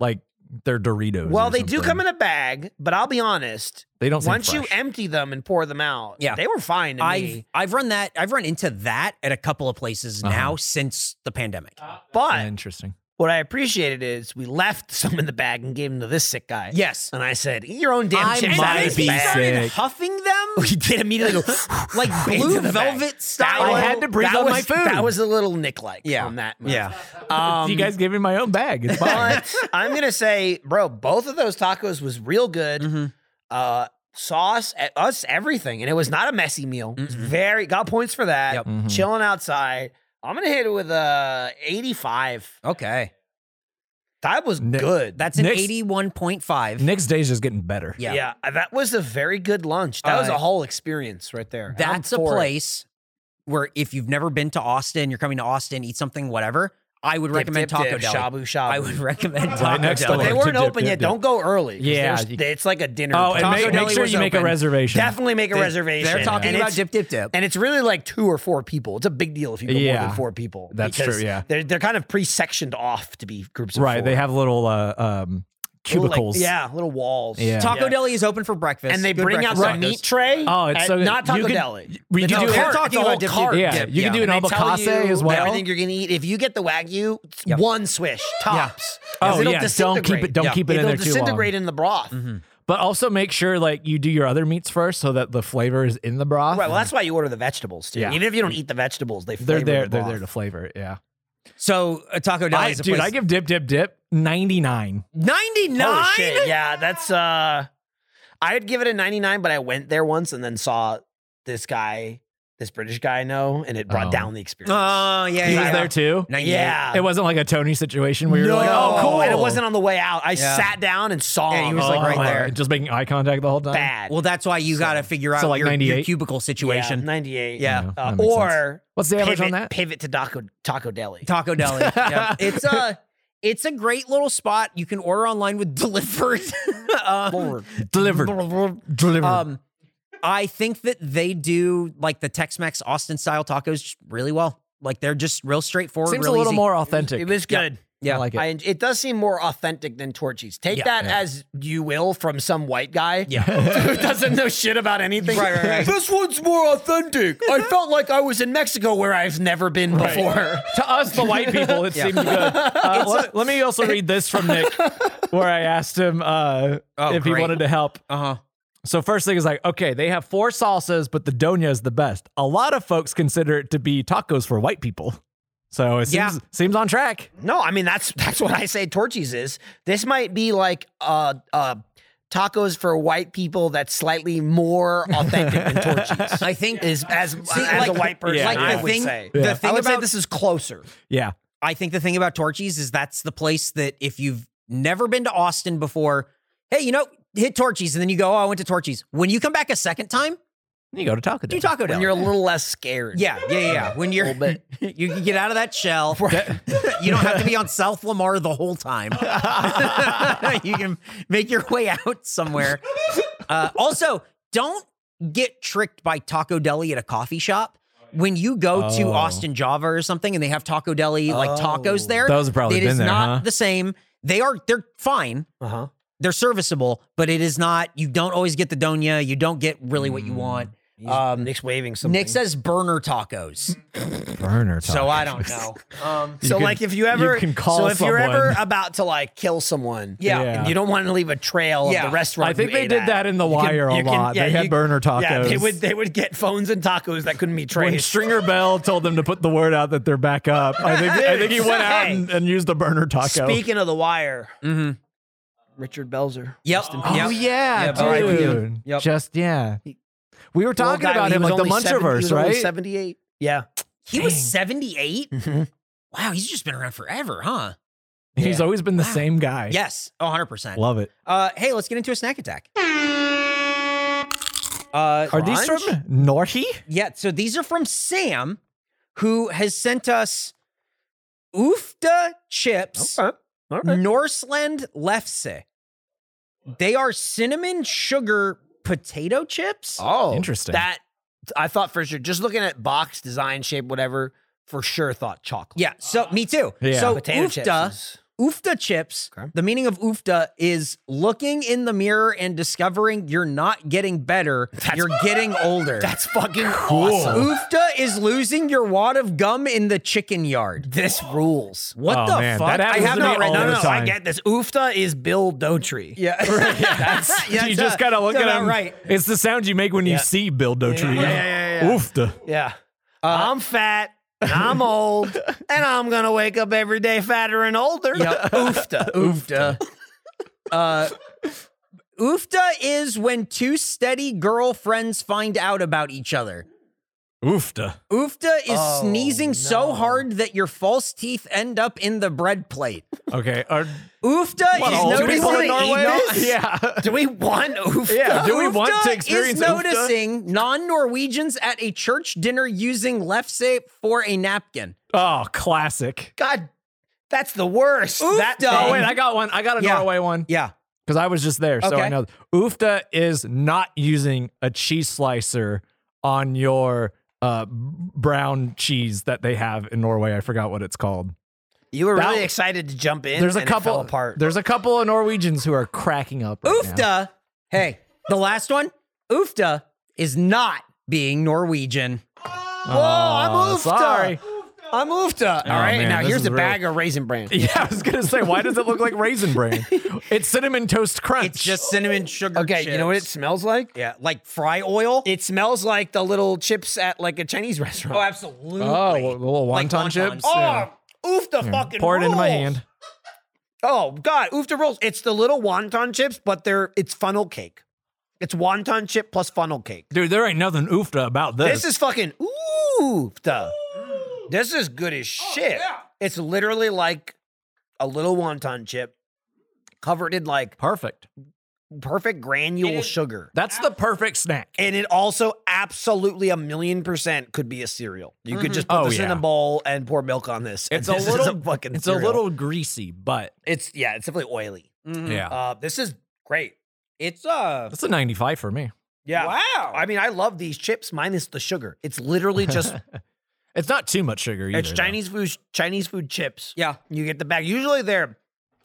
like they're Doritos.
Well, they do come in a bag, but I'll be honest.
They don't. seem
Once you
fresh.
empty them and pour them out,
Yeah.
they were fine to
I've
me.
I've run that I've run into that at a couple of places
Uh-huh.
now since the pandemic.
But
Interesting.
what I appreciated is we left [laughs] some in the bag and gave them to this sick guy.
Yes.
And I said, eat your own damn
I
chips out
might
of this
be
bag.
started
sick. [laughs]
huffing them
He did immediately go
[laughs] like
into
blue
the bag.
velvet
That
style.
was-
I had to breathe
that
on
was-
my food.
That was a little Nick like
Yeah.
on that. move.
yeah.
Um,
you guys gave me my own bag. It's fine.
[laughs] But I'm gonna say, bro, both of those tacos was real good.
Mm-hmm.
Uh, sauce, e- us, everything, and it was not a messy meal. It was
Mm-hmm.
very got points for that.
Yep.
Mhm.
Chilling outside. I'm gonna hit it with a 85.
Okay.
That was
Nick-
good.
That's an
Next-
eighty one point five.
Next day's just getting better.
Yeah.
yeah. uh, that was a very good lunch. That was
Uh,
a whole experience right there. And I'm
That's a
for it.
place where if you've never been to Austin, you're coming to Austin, eat something, whatever. I would
Dip,
recommend
dip,
Taco
dip,
Deli.
Shabu shabu.
I would [laughs] recommend Taco
next
Deli.
but they
Dip,
weren't
dip,
open
dip,
yet.
dip.
Don't go early. 'cause
Yeah,
there's-
you-
it's like a dinner.
Oh,
place.
and make,
Deli
make sure
was
you make a
open.
reservation.
definitely make a reservation.
They're talking
And
about
it's-
dip, dip, dip.
And it's really like two or four people. It's a big deal if you go more
Yeah.
than four people.
That's
because
true, yeah.
they're they're kind of pre-sectioned off to be groups of
Right.
four.
They have little uh, um,
Little, like,
cubicles.
yeah, little walls.
Yeah.
Taco
Yeah.
Deli is open for breakfast.
And they
Good
bring out
breakfast
the
tacos.
meat tray.
Oh, it's
at-
so good.
not Taco
You could-
Deli.
we
It's
could
a
do a-
cart.
They're talking
It's a whole
about dip, dip,
cart.
Yeah.
Dip,
you
yeah.
can do an
And they tell
abacase as
you
well.
Everything you're gonna eat. If you get the wagyu, it's one
[gasps]
swish tops. 'Cause it'll
Oh yeah. Don't keep it.
disintegrate.
Don't
Yeah.
keep it in
It'll
there too
disintegrate
long. Mm-hmm.
in the broth.
Mm-hmm.
But also make sure like you do your other meats first, so that the flavor is in the broth.
Right. Well, that's why you order the vegetables too.
Yeah.
Even if you don't eat the vegetables, they
they're
flavor
there.
The
they're
broth.
there to flavor it. Yeah.
So a Taco Deli
I,
is a
dude,
place.
I give dip, dip, dip ninety nine.
ninety
Holy
nine.
Oh, shit, Yeah, that's uh I'd give it a 99, but I went there once and then saw this guy this British guy I know, and it brought
Oh.
down the experience.
Oh, yeah.
He
yeah,
was
yeah.
there too.
yeah.
It wasn't like a Tony situation where you're like, oh, cool.
And it wasn't on the way out. I
Yeah.
sat down and saw
Yeah,
him.
he was, like,
Oh,
right
my
there.
God. Just making eye contact the whole time.
Bad.
Well, that's why you got to figure out
like,
your, your
98?
cubicle situation.
Yeah, 98.
Yeah.
Yeah,
Uh,
that makes sense.
or
What's the average
pivot,
on that?
pivot to Taco, Taco Deli.
Taco Deli.
[laughs]
yeah. It's a it's a great little spot. You can order online with [laughs] delivered. um,
Lord.
Delivered. Delivered.
um, I think that they do like the Tex-Mex Austin style tacos really well. Like they're just real straightforward.
Seems
real
a little
easy.
more authentic.
It was good.
Yeah.
I like it.
I, it does seem more authentic than Torchy's. Take
Yeah.
that as you will from some white guy [laughs]
[laughs]
Yeah.
who doesn't know shit about anything.
Right, right,
[laughs]
right.
This one's more authentic. I felt like I was in Mexico where I've never been before.
to us, the white people, it seemed good. Uh, let, let me also read this from Nick, where I asked him uh,
Oh,
if
great.
he wanted to help.
Uh huh.
So first thing is like, okay, they have four salsas, but the doña is the best. A lot of folks consider it to be tacos for white people. So it seems
Yeah.
seems on track.
No, I mean that's that's what I say. Torchy's is. This might be like uh uh tacos for white people that's slightly more authentic than Torchy's.
I think
Is as
See,
as
like-
a white person,
like
I
the
would
thing-
say.
the Yeah.
I
thing
would say
about-
this is closer.
Yeah.
I think the thing about Torchies is that's the place that if you've never been to Austin before, hey, you know, hit Torchies, and then you go, oh, I went to Torchies. When you come back a second time,
You go to Taco
do
Del.
Taco
When
Deli.
you're a little less scared.
yeah, yeah, yeah, yeah. When you're,
little
[laughs] you can get out of that shell. [laughs] you don't have to be on South Lamar the whole time. [laughs] you can make your way out somewhere. Uh, also, don't get tricked by Taco Deli at a coffee shop. When you go to
Oh.
Austin, Java, or something, and they have Taco Deli like tacos there,
Oh. Those have probably
it
been
is
there,
not
huh?
the same. They are they're fine,
Uh-huh.
they're serviceable, but it is not. You don't always get the donya. You don't get really
Mm.
what you want.
Um, Nick's waving something.
Nick says burner tacos,
Burner tacos.
so I
[laughs]
don't know. Um,
so
can-
like if you ever
you can call
so if you're ever
someone.
about to like kill someone,
Yeah.
and you don't want to leave a trail
Yeah.
of the restaurant.
I think
you
they
ate
did
at,
that in The Wire
you
a lot.
yeah,
they had
you-
burner tacos.
Yeah, they would they would get phones and tacos that couldn't be
when
traced.
Stringer Bell told them to put the word out that they're back up, I think I think he went out and, and used the burner taco.
Speaking of the wire, Richard Belzer.
yep.
oh
yep.
yeah,
Yeah,
dude.
dude. Yep.
Just yeah. We were talking
Old guy,
about
he
him
was
like the
only seven- he
Muncherverse,
was only
right?
Seventy-eight. Yeah,
He was
Dang.
78?
Mm-hmm.
Wow, he's just been around forever, huh?
He's always been the same guy.
Yes, oh, 100%.
Love it.
Uh, hey, let's get into a snack attack. Uh,
Are these from Norhi?
yeah, so these are from Sam, who has sent us Oofda chips,
Okay. All
Mm.
right.
Norseland Lefse. They are cinnamon sugar potato chips.
Oh,
Interesting. [laughs]
That I thought for sure. Just looking at box design, shape, whatever, for sure thought chocolate.
Yeah, so me too.
Yeah.
So
potato
Oofda,
chips. is-
Oofda chips.
Okay.
The meaning of oofda is looking in the mirror and discovering you're not
[laughs]
getting better. you're getting older.
That's fucking awesome.
Oofda is losing your wad of gum in the chicken yard.
This rules.
What
Oh,
the
man,
fuck?
that
I
happens
have
to me
not read
all
that.
no,
the
no, I
time.
get this. Oofta is Bill Dotry.
Yeah.
[laughs] that's,
[laughs]
Yeah,
you
it's, uh,
just gotta look
it's
at
about
him.
right.
It's the sound you make when you see Bill Dotree.
Yeah, yeah, yeah, yeah.
Oofda.
yeah. I'm fat. and I'm old, and I'm gonna wake up every day fatter and older. [laughs]
Yep.
Oofta.
Oofda. [laughs] uh, oofda is when two steady girlfriends find out about each other.
Oofda.
Oofda is
Oh,
sneezing so
no.
hard that your false teeth end up in the bread plate.
Okay. Are,
Oofda
what,
is
old
noticing
people in
noticing.
that he
Norway?
[laughs]
knows?
[laughs] Yeah.
[laughs] Do we want oofta?
Yeah, do we want
Oofda
to experience
is
Oofda?
noticing non-Norwegians at a church dinner using lefse for a napkin.
Oh, classic.
God, that's the worst. That
Oofta.
Oh
thing.
wait, I got one. I got a
Yeah.
Norway one.
Yeah.
because I was just there, so
Okay.
I know. Oofta is not using a cheese slicer on your uh, brown cheese that they have in Norway. I forgot what it's called.
you were
That-
really excited to jump in.
There's a
and it
couple.
fell apart.
There's a couple of Norwegians who are cracking up. Right
Oofda.
now.
Hey, the last one. Oofda is not being Norwegian.
Whoa, I'm
Aw,
oofta.
Sorry.
I'm oofta. All right,
Oh, man,
now
this
here's
is
a
real.
bag of raisin bran.
[laughs] Yeah, I was gonna say, why does it look like
[laughs]
raisin bran? It's cinnamon toast crunch.
It's just cinnamon sugar.
Okay, you know what it
chips.
smells like?
Yeah, like fry oil.
It smells like the little chips at like a Chinese restaurant.
oh, absolutely.
oh, the little wonton
Like wontons.
chips.
Oh,
Yeah.
oof the fucking
Pour it into my
rules.
hand.
Oh god, oof the rolls. It's the little wonton chips, but they're it's funnel cake. It's wonton chip plus funnel cake.
Dude, there ain't nothing oofta about this.
This is fucking ooh. duh. This is good as
Oh,
shit. It's literally like a little wonton chip covered in like
perfect.
perfect granule sugar.
That's the perfect snack.
And it also absolutely a million percent could be a cereal. You could just put
Oh,
this in
yeah.
a bowl and pour milk on this. and
It's a
this is
little
fucking
It's a
cereal.
little greasy, but
it's yeah, it's definitely oily.
yeah.
Uh, this is great.
It's uh
That's a 95 for me.
Yeah.
wow.
I mean, I love these chips minus the sugar. It's literally
[laughs]
just
It's not too much sugar either.
it's
though.
Chinese food Chinese food chips.
yeah.
You get the bag. Usually they're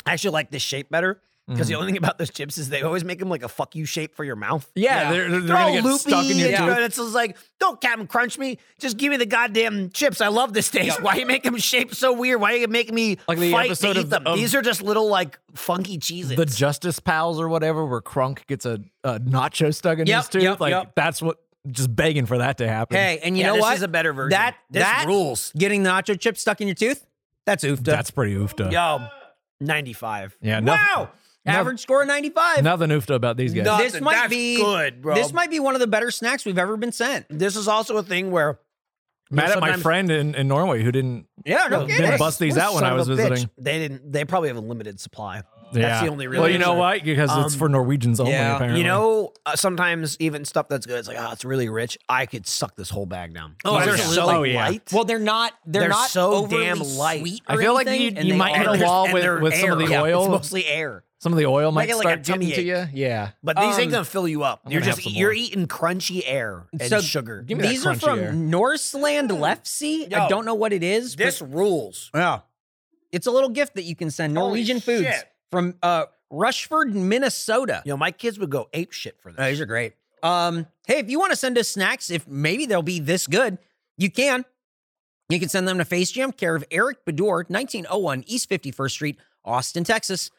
I actually like this shape better because
Mm-hmm.
the only thing about those chips is they always make them like a fuck you shape for your mouth.
Yeah,
Yeah.
they're, they're,
They're, all
gonna get
loopy.
stuck in your
and
tooth.
good. It's just like, don't Captain Crunch me. Just give me the goddamn chips. I love this taste. Why you make them shape so weird? Why you make me
Like the
fight to
episode
eat
of-
them?
of-
These are just little like funky cheeses.
The Justice Pals or whatever, where Krunk gets a, a nacho stuck in
Yep,
his tooth.
yep,
like
yep.
that's what just begging for that to happen.
Hey, and you
yeah,
know
this
what?
is a better version.
That
this
that
rules.
Getting the nacho chip stuck in your tooth? That's oofta.
that's pretty oofta.
Yo, ninety five.
Yeah, nothing,
wow. Average score of 95.
nothing oofta about these guys.
No.
This
Nothing.
might
That's
be
good, bro.
This might be one of the better snacks we've ever been sent.
This is also a thing where
Mad at my
sometimes-
friend in, in Norway who didn't.
Yeah, no
Didn't
kidding.
bust these
What a
out when
son
I
of
was
a bitch.
visiting.
They didn't. They probably have a limited supply.
yeah.
That's the only real.
Well, you know
reason.
why? Because it's
Um,
for Norwegians only.
yeah. You
apparently.
You know, uh, sometimes even stuff that's good, it's like, oh, it's really rich. I could suck this whole bag down.
Oh,
they're
absolutely.
so
Oh, yeah.
light.
Well, they're not. They're,
They're
not
so
overly
damn light.
Sweet
I
or
feel like
anything,
you-
and
you
they
might
are-
hit a
they're-
wall
and
with-
they're
with some of
air.
the
Yeah,
oil.
It's mostly air,
some of the oil might
Make it like a
start coming
tummy
to you. Yeah.
but these ain't
Um,
gonna fill you up. You're
gonna have
just
some
you're
more.
eating crunchy air and
So
sugar.
Give me that
These are
crunchy
from
air.
Norseland Lefse.
Yo.
I don't know what it is. but-
This rules.
yeah, it's a little gift that you can send.
Holy
Norwegian
shit.
foods from uh, Rushford, Minnesota.
You know, my kids would go ape shit for this.
Oh, these are great. Um, hey, if you want to send us snacks, if maybe they'll be this good, you can. You can send them to Face Jam, care of Eric Bedour, 1901 East 51st Street, Austin, Texas,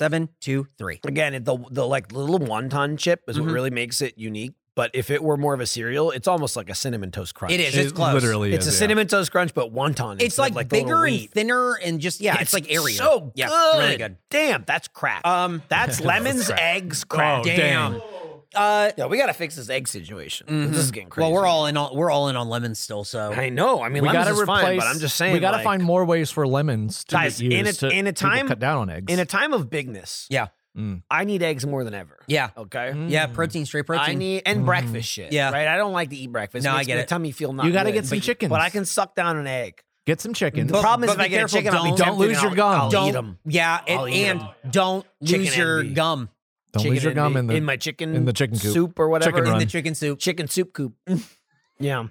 78723.
Again, it- the the like little wonton chip is what
Mhm.
really makes it unique. But if it were more of a cereal, it's almost like a cinnamon toast crunch.
It is.
It
It's close.
literally
It's
is,
a
yeah.
cinnamon toast crunch, but wonton.
It's
instead of,
like,
the little
bigger and
wheat.
thinner and just, yeah, it's, like airier.
So
yeah,
good.
it's really good.
Damn, that's crap. [laughs]
Um,
that's lemons,
crap.
eggs, crap.
Oh, damn.
uh,
Yeah, we gotta fix this egg situation.
Mhm.
This is getting crazy.
well, we're all in on we're all in on lemons still, so
I know. I mean,
we
lemons
gotta
is
replace.
fine, but I'm just saying.
we gotta
like,
[laughs]
find more ways for lemons to
Guys,
get
in a-
used to-
in a
people
time-
cut down on eggs.
in a time of bigness.
Yeah.
Mm.
I need eggs more than ever.
yeah,
Okay.
yeah, protein, straight protein.
I need and
Mm.
breakfast shit.
Yeah.
Right. I don't like to eat breakfast.
No, I
makes
get
my
it.
Tummy feel not.
you gotta
good.
get some
But-
chickens.
But I can suck down an egg.
get some chickens.
The problem is
but
if I
be
get a
careful,
chicken, I'll be
don't-
don't lose
tempted
your
and I'll- I'll
gum.
eat
Don't-
'em.
Yeah,
I'll
and,
eat 'em.
and don't
Chicken
lose your
envy.
gum
Don't lose your
Chicken
gum in
envy-
the.
in my chicken
in the chicken coop.
soup or whatever
Chicken
in the
run.
chicken soup.
chicken soup coop. yeah.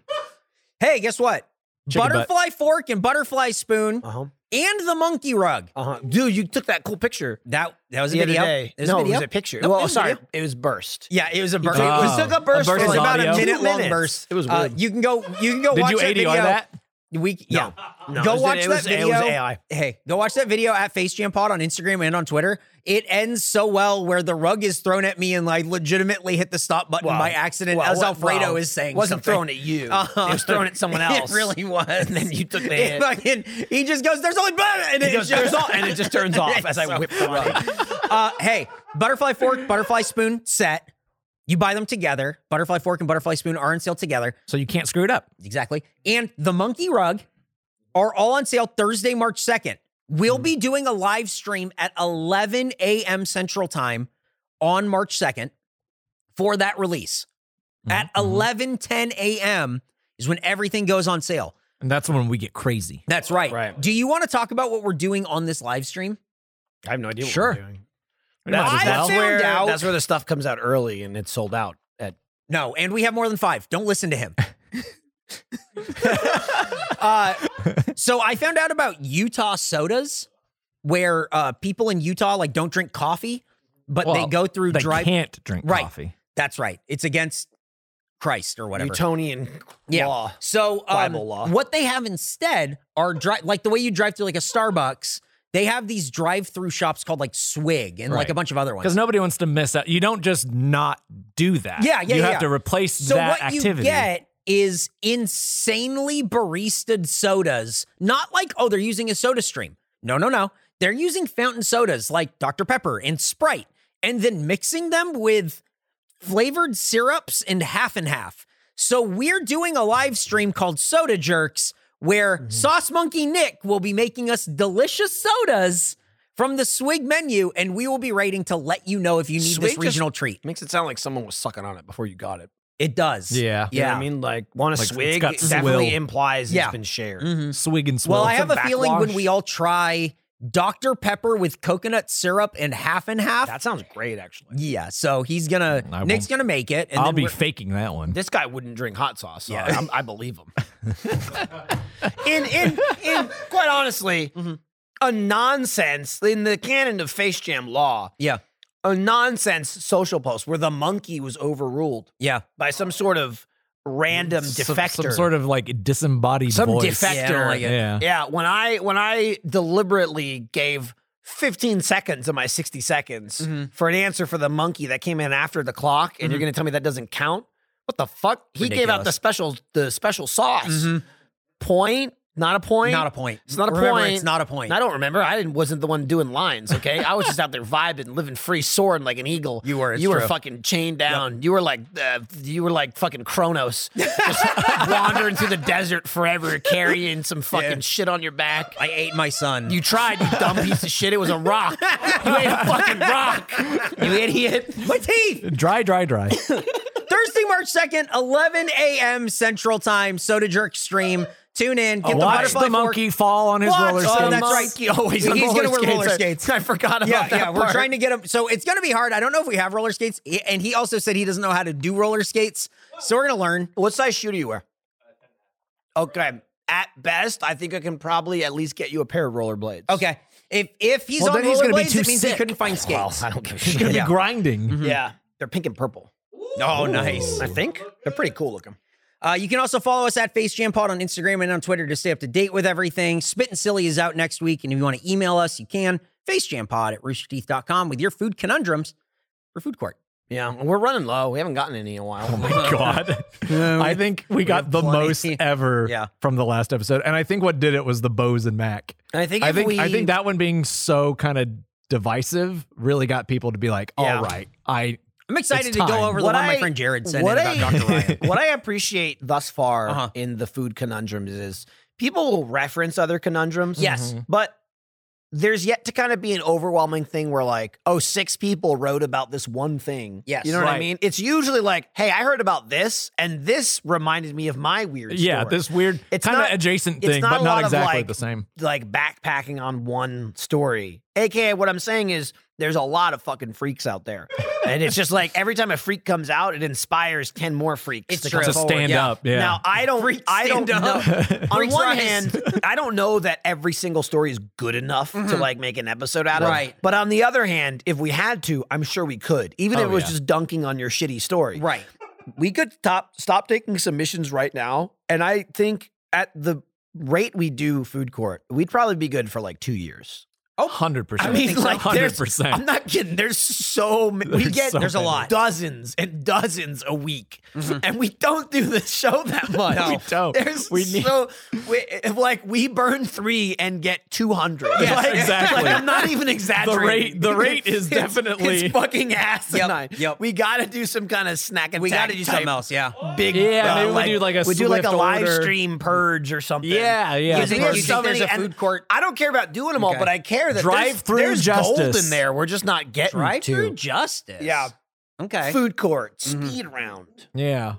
Hey, guess what?
Chicken butt.
butterfly fork and butterfly spoon
Uh huh.
and the monkey rug.
Uh huh. Dude, you took that cool picture
That that was a
the other
video.
day.
There's
no,
a video.
it was a picture.
No, it
well,
was a
sorry,
video.
it was burst.
Yeah, it was a burst.
took-
it was
Oh.
took a
A
burst.
burst
it was
is
about a
audio?
minute
Two
long
minutes.
burst.
It was
Uh,
weird.
you can go. You can go
Did
watch
you
that
ADR
video.
that?
We yeah.
No,
go
it was-
watch
it
that
was- it
video.
was AI.
Hey, go watch that video at Face Jam Pod on Instagram and on Twitter. It ends so well where the rug is thrown at me and I legitimately hit the stop button
Well,
by accident
well,
as
well,
Alfredo
well,
is saying
wasn't
something. Uh-huh.
thrown at
[laughs]
you. [laughs] It was thrown at someone else.
It really was.
And then you took the
It
hit.
fucking- he just goes, "There's only," and
He
it
goes, [laughs]
just-
"There's all-" and it just [laughs]
[laughs]
turns off as I whip the rug.
uh, hey, butterfly fork, butterfly spoon set. You buy them together. Butterfly fork and butterfly spoon are on sale together.
so you can't screw it up.
Exactly. And the monkey rug are all on sale Thursday, March 2nd. We'll be doing a live stream at 11 a.m. Central Time on March 2nd for that release. At 11 10 a.m. is when everything goes on sale.
And that's when we get crazy.
That's right.
Right.
Do you want to talk about what we're doing on this live stream?
I have no idea.
Sure.
What we're doing.
We might
I
as well.
found
where
out-
that's where the stuff comes out early and it's sold out. At
No, and we have more than five. Don't listen to
[laughs]
him. uh, so I found out about Utah sodas, where uh, people in Utah like don't drink coffee, but
Well,
they go through
They
dry.
can't drink
Right.
coffee.
That's right. It's against Christ or whatever.
Newtonian
Yeah.
law.
So um,
Bible law.
what they have instead are dry, like the way you drive through like a Starbucks. They have these drive-through shops called like Swig and like
Right.
a bunch of other ones.
Because nobody wants to miss out. You don't just not do that.
Yeah, yeah,
You have
yeah.
to replace
So
that
what
activity.
you get is insanely baristaed sodas. Not like oh they're using a soda stream. No, no, no. They're using fountain sodas like Dr Pepper and Sprite, and then mixing them with flavored syrups and half and half. So we're doing a live stream called Soda Jerks where
Mm-hmm.
Sauce Monkey Nick will be making us delicious sodas from the swig menu and we will be rating to let you know if you need
Swig
this
just-
regional treat.
Makes it sound like someone was sucking on it before you got it.
It does.
Yeah.
You know what
Yeah.
I mean, like want a
Like, it's
swig
got
it definitely
swill. Mm-hmm.
implies
Yeah.
it's been shared.
Swig and swirl.
Well, I have a
some
feeling when
backwash.
we all try Dr. Pepper with coconut syrup and half and half.
That sounds great, actually.
yeah, so he's gonna
I
Nick's
won't-
gonna make it. And
I'll
then
be
we're-
faking that one.
This guy wouldn't drink hot sauce. So yeah, I, I believe
[laughs]
him.
In in
in quite honestly,
Mm-hmm.
a nonsense in the canon of face jam law,
yeah,
a nonsense social post where the monkey was overruled
yeah.
by some sort of random defector.
Some sort of like disembodied
Some
voice.
defector.
Yeah, I don't like it.
Yeah.
Yeah, when I when I deliberately gave 15 seconds of my 60 seconds for an answer for the monkey that came in after the clock, and you're gonna tell me that doesn't count? What the fuck? He gave out
Ridiculous.
the special the special sauce. Point? Not a point.
Not a point.
It's not a
Remember,
point.
It's not a point.
And I don't remember. I didn't wasn't the one doing lines. Okay, I was just out there vibing, living free, soaring like an eagle.
You were, it's
You were
true.
fucking chained down. You were like, uh, you were like fucking Kronos, just [laughs] wandering through the desert forever, carrying some fucking
Yeah.
shit on your back.
I ate my son.
You tried, you dumb piece of shit. It was a rock. You ate a fucking rock. You idiot.
my teeth.
Dry, dry,
[coughs]
dry.
Thursday, March second, eleven a.m. Central Time. Soda Jerk stream. Tune in. Get the
Watch
butterfly
the
fork.
monkey fall on his
Watch
roller
the
skates.
Oh, that's right.
Monkey Always on
He's
roller
gonna wear
skates.
roller skates.
I, forgot about
Yeah,
that.
yeah. We're
part.
trying to get him. So it's gonna be hard. I don't know if we have roller skates. He- And he also said he doesn't know how to do roller skates. So we're gonna learn.
What size shoe do you wear? Okay. At best, I think I can probably at least get you a pair of rollerblades.
Okay. If if he's
Well,
on
then he's gonna be
rollerblades,
too
it means he
sick.
couldn't find skates.
Well, I don't give a
He's
shit.
gonna be
Yeah. Mm-hmm.
grinding.
Yeah. They're pink and purple.
Oh, nice.
I think they're pretty cool looking.
Uh, you can also follow us at Face Jam Pod on Instagram and on Twitter to stay up to date with everything. Spit and Silly is out next week. And if you want to email us, you can. FaceJamPod at roosterteeth.com with your food conundrums for Food Court.
Yeah, we're running low. We haven't gotten any in a while. [laughs]
Oh my god. I think we got
have
the
plenty.
most ever
Yeah.
from the last episode. And I think what did it was the Bose and Mac.
I think
I
if
think
we,
I think that one being so kind of divisive really got people to be like, "All right,
Yeah.
I
I'm excited
It's
to
time.
go over the
What
one my
I-
friend Jared said
what
in about
I-
Dr. Ryan.
[laughs] what
[laughs]
I appreciate thus far
Uh-huh.
in the food conundrums is people will reference other conundrums.
Yes.
Mm-hmm.
But there's yet to kind of be an overwhelming thing where like, oh, six people wrote about this one thing.
Yes.
You know what I
Right.
mean? It's usually like, hey, I heard about this, and this reminded me of my weird
yeah,
story.
this weird
It's
kind of
not-
adjacent
it's
thing,
not
but
a
not
lot of,
exactly
like,
the same."
like backpacking on one story. AKA, what I'm saying is there's a lot of fucking freaks out there. And it's just like every time a freak comes out, it inspires 10 more freaks
It's
to
true.
To
come forward.
stand
yeah.
up, yeah.
Now, I don't, I don't
stand
know.
up. [laughs]
On
Freaks
one
rise.
hand, I don't know that every single story is good enough to like make an episode out of.
Mm-hmm. Right.
But on the other hand, if we had to, I'm sure we could, even if
Oh,
it was
yeah.
just dunking on your shitty story
Right.
we could stop stop taking submissions right now and i think at the rate we do food court we'd probably be good for like two years
oh, 100%.
i mean [laughs] like there's
100%.
i'm not kidding there's so many we
There's
get
so
there's a
many. Mm-hmm.
lot dozens and dozens a week and we don't do this show
[laughs]
that much
We don't.
there's
We need-
so we, like we burn three and get 200
Yes,
like, [laughs]
exactly.
like, i'm not even
the
exaggerating
rate the rate is
[laughs] It's-
definitely
it's fucking asinine.
yep.
We gotta do some kind of snack and
We got
gotta
to do something else. Yeah.
big.
Yeah,
uh,
maybe we do like a
we do like a
Swift
live
order.
stream purge or something.
Yeah, yeah,
Because
You
we
think-
have
you
so
think there's
many-
a
and
food court?
I don't care about doing them all,
Okay.
but I care that there's,
Drive-through
there's gold
justice.
in there. We're just not getting
Drive
to.
through justice.
Yeah.
Okay.
Food court speed round.
yeah.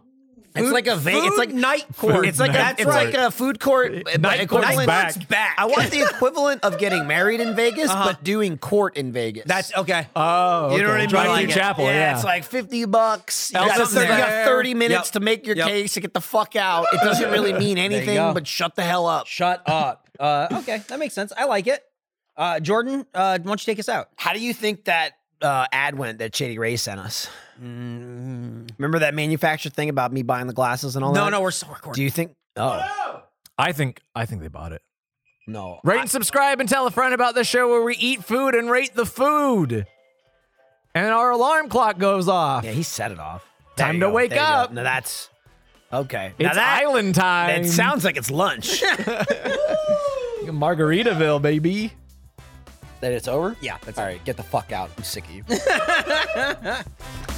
Mm-hmm. it's like a va-
food
it's like
night court.
It's like
night
a, it's like a food court but
Night court's
equivalent.
back.
I
Uh-huh.
want the equivalent of getting married in Vegas, but doing court in Vegas.
[laughs] That's okay.
Oh,
You know what I mean?
Drive
Like
through
it-
chapel, yeah.
It's like 50 bucks. You
Else
got,
is
30, you got
there.
30 minutes
Yep.
to make your
Yep.
case to get the fuck out. It doesn't really [laughs] mean
you
anything,
go.
but shut the hell up.
Shut up. Uh, okay, that makes sense. I like it. Uh, Jordan, uh, why don't you take us out?
How do you think that uh, ad went that Shady Ray sent us? Remember that manufactured thing about me buying the glasses and all
No,
that?
no, we're still
Do
recording.
you think? Oh,
I think I think they bought it.
no.
Rate and subscribe and tell a friend about the show where we eat food and rate the food. And our alarm clock goes off.
Yeah, he set it off.
Time
you
to
go.
wake
There you go.
up.
No, that's okay. now
It's
that,
island time.
it sounds like it's lunch. [laughs]
Margaritaville, baby.
that it's over?
Yeah, that's
All right, get the fuck out. I'm sick of you.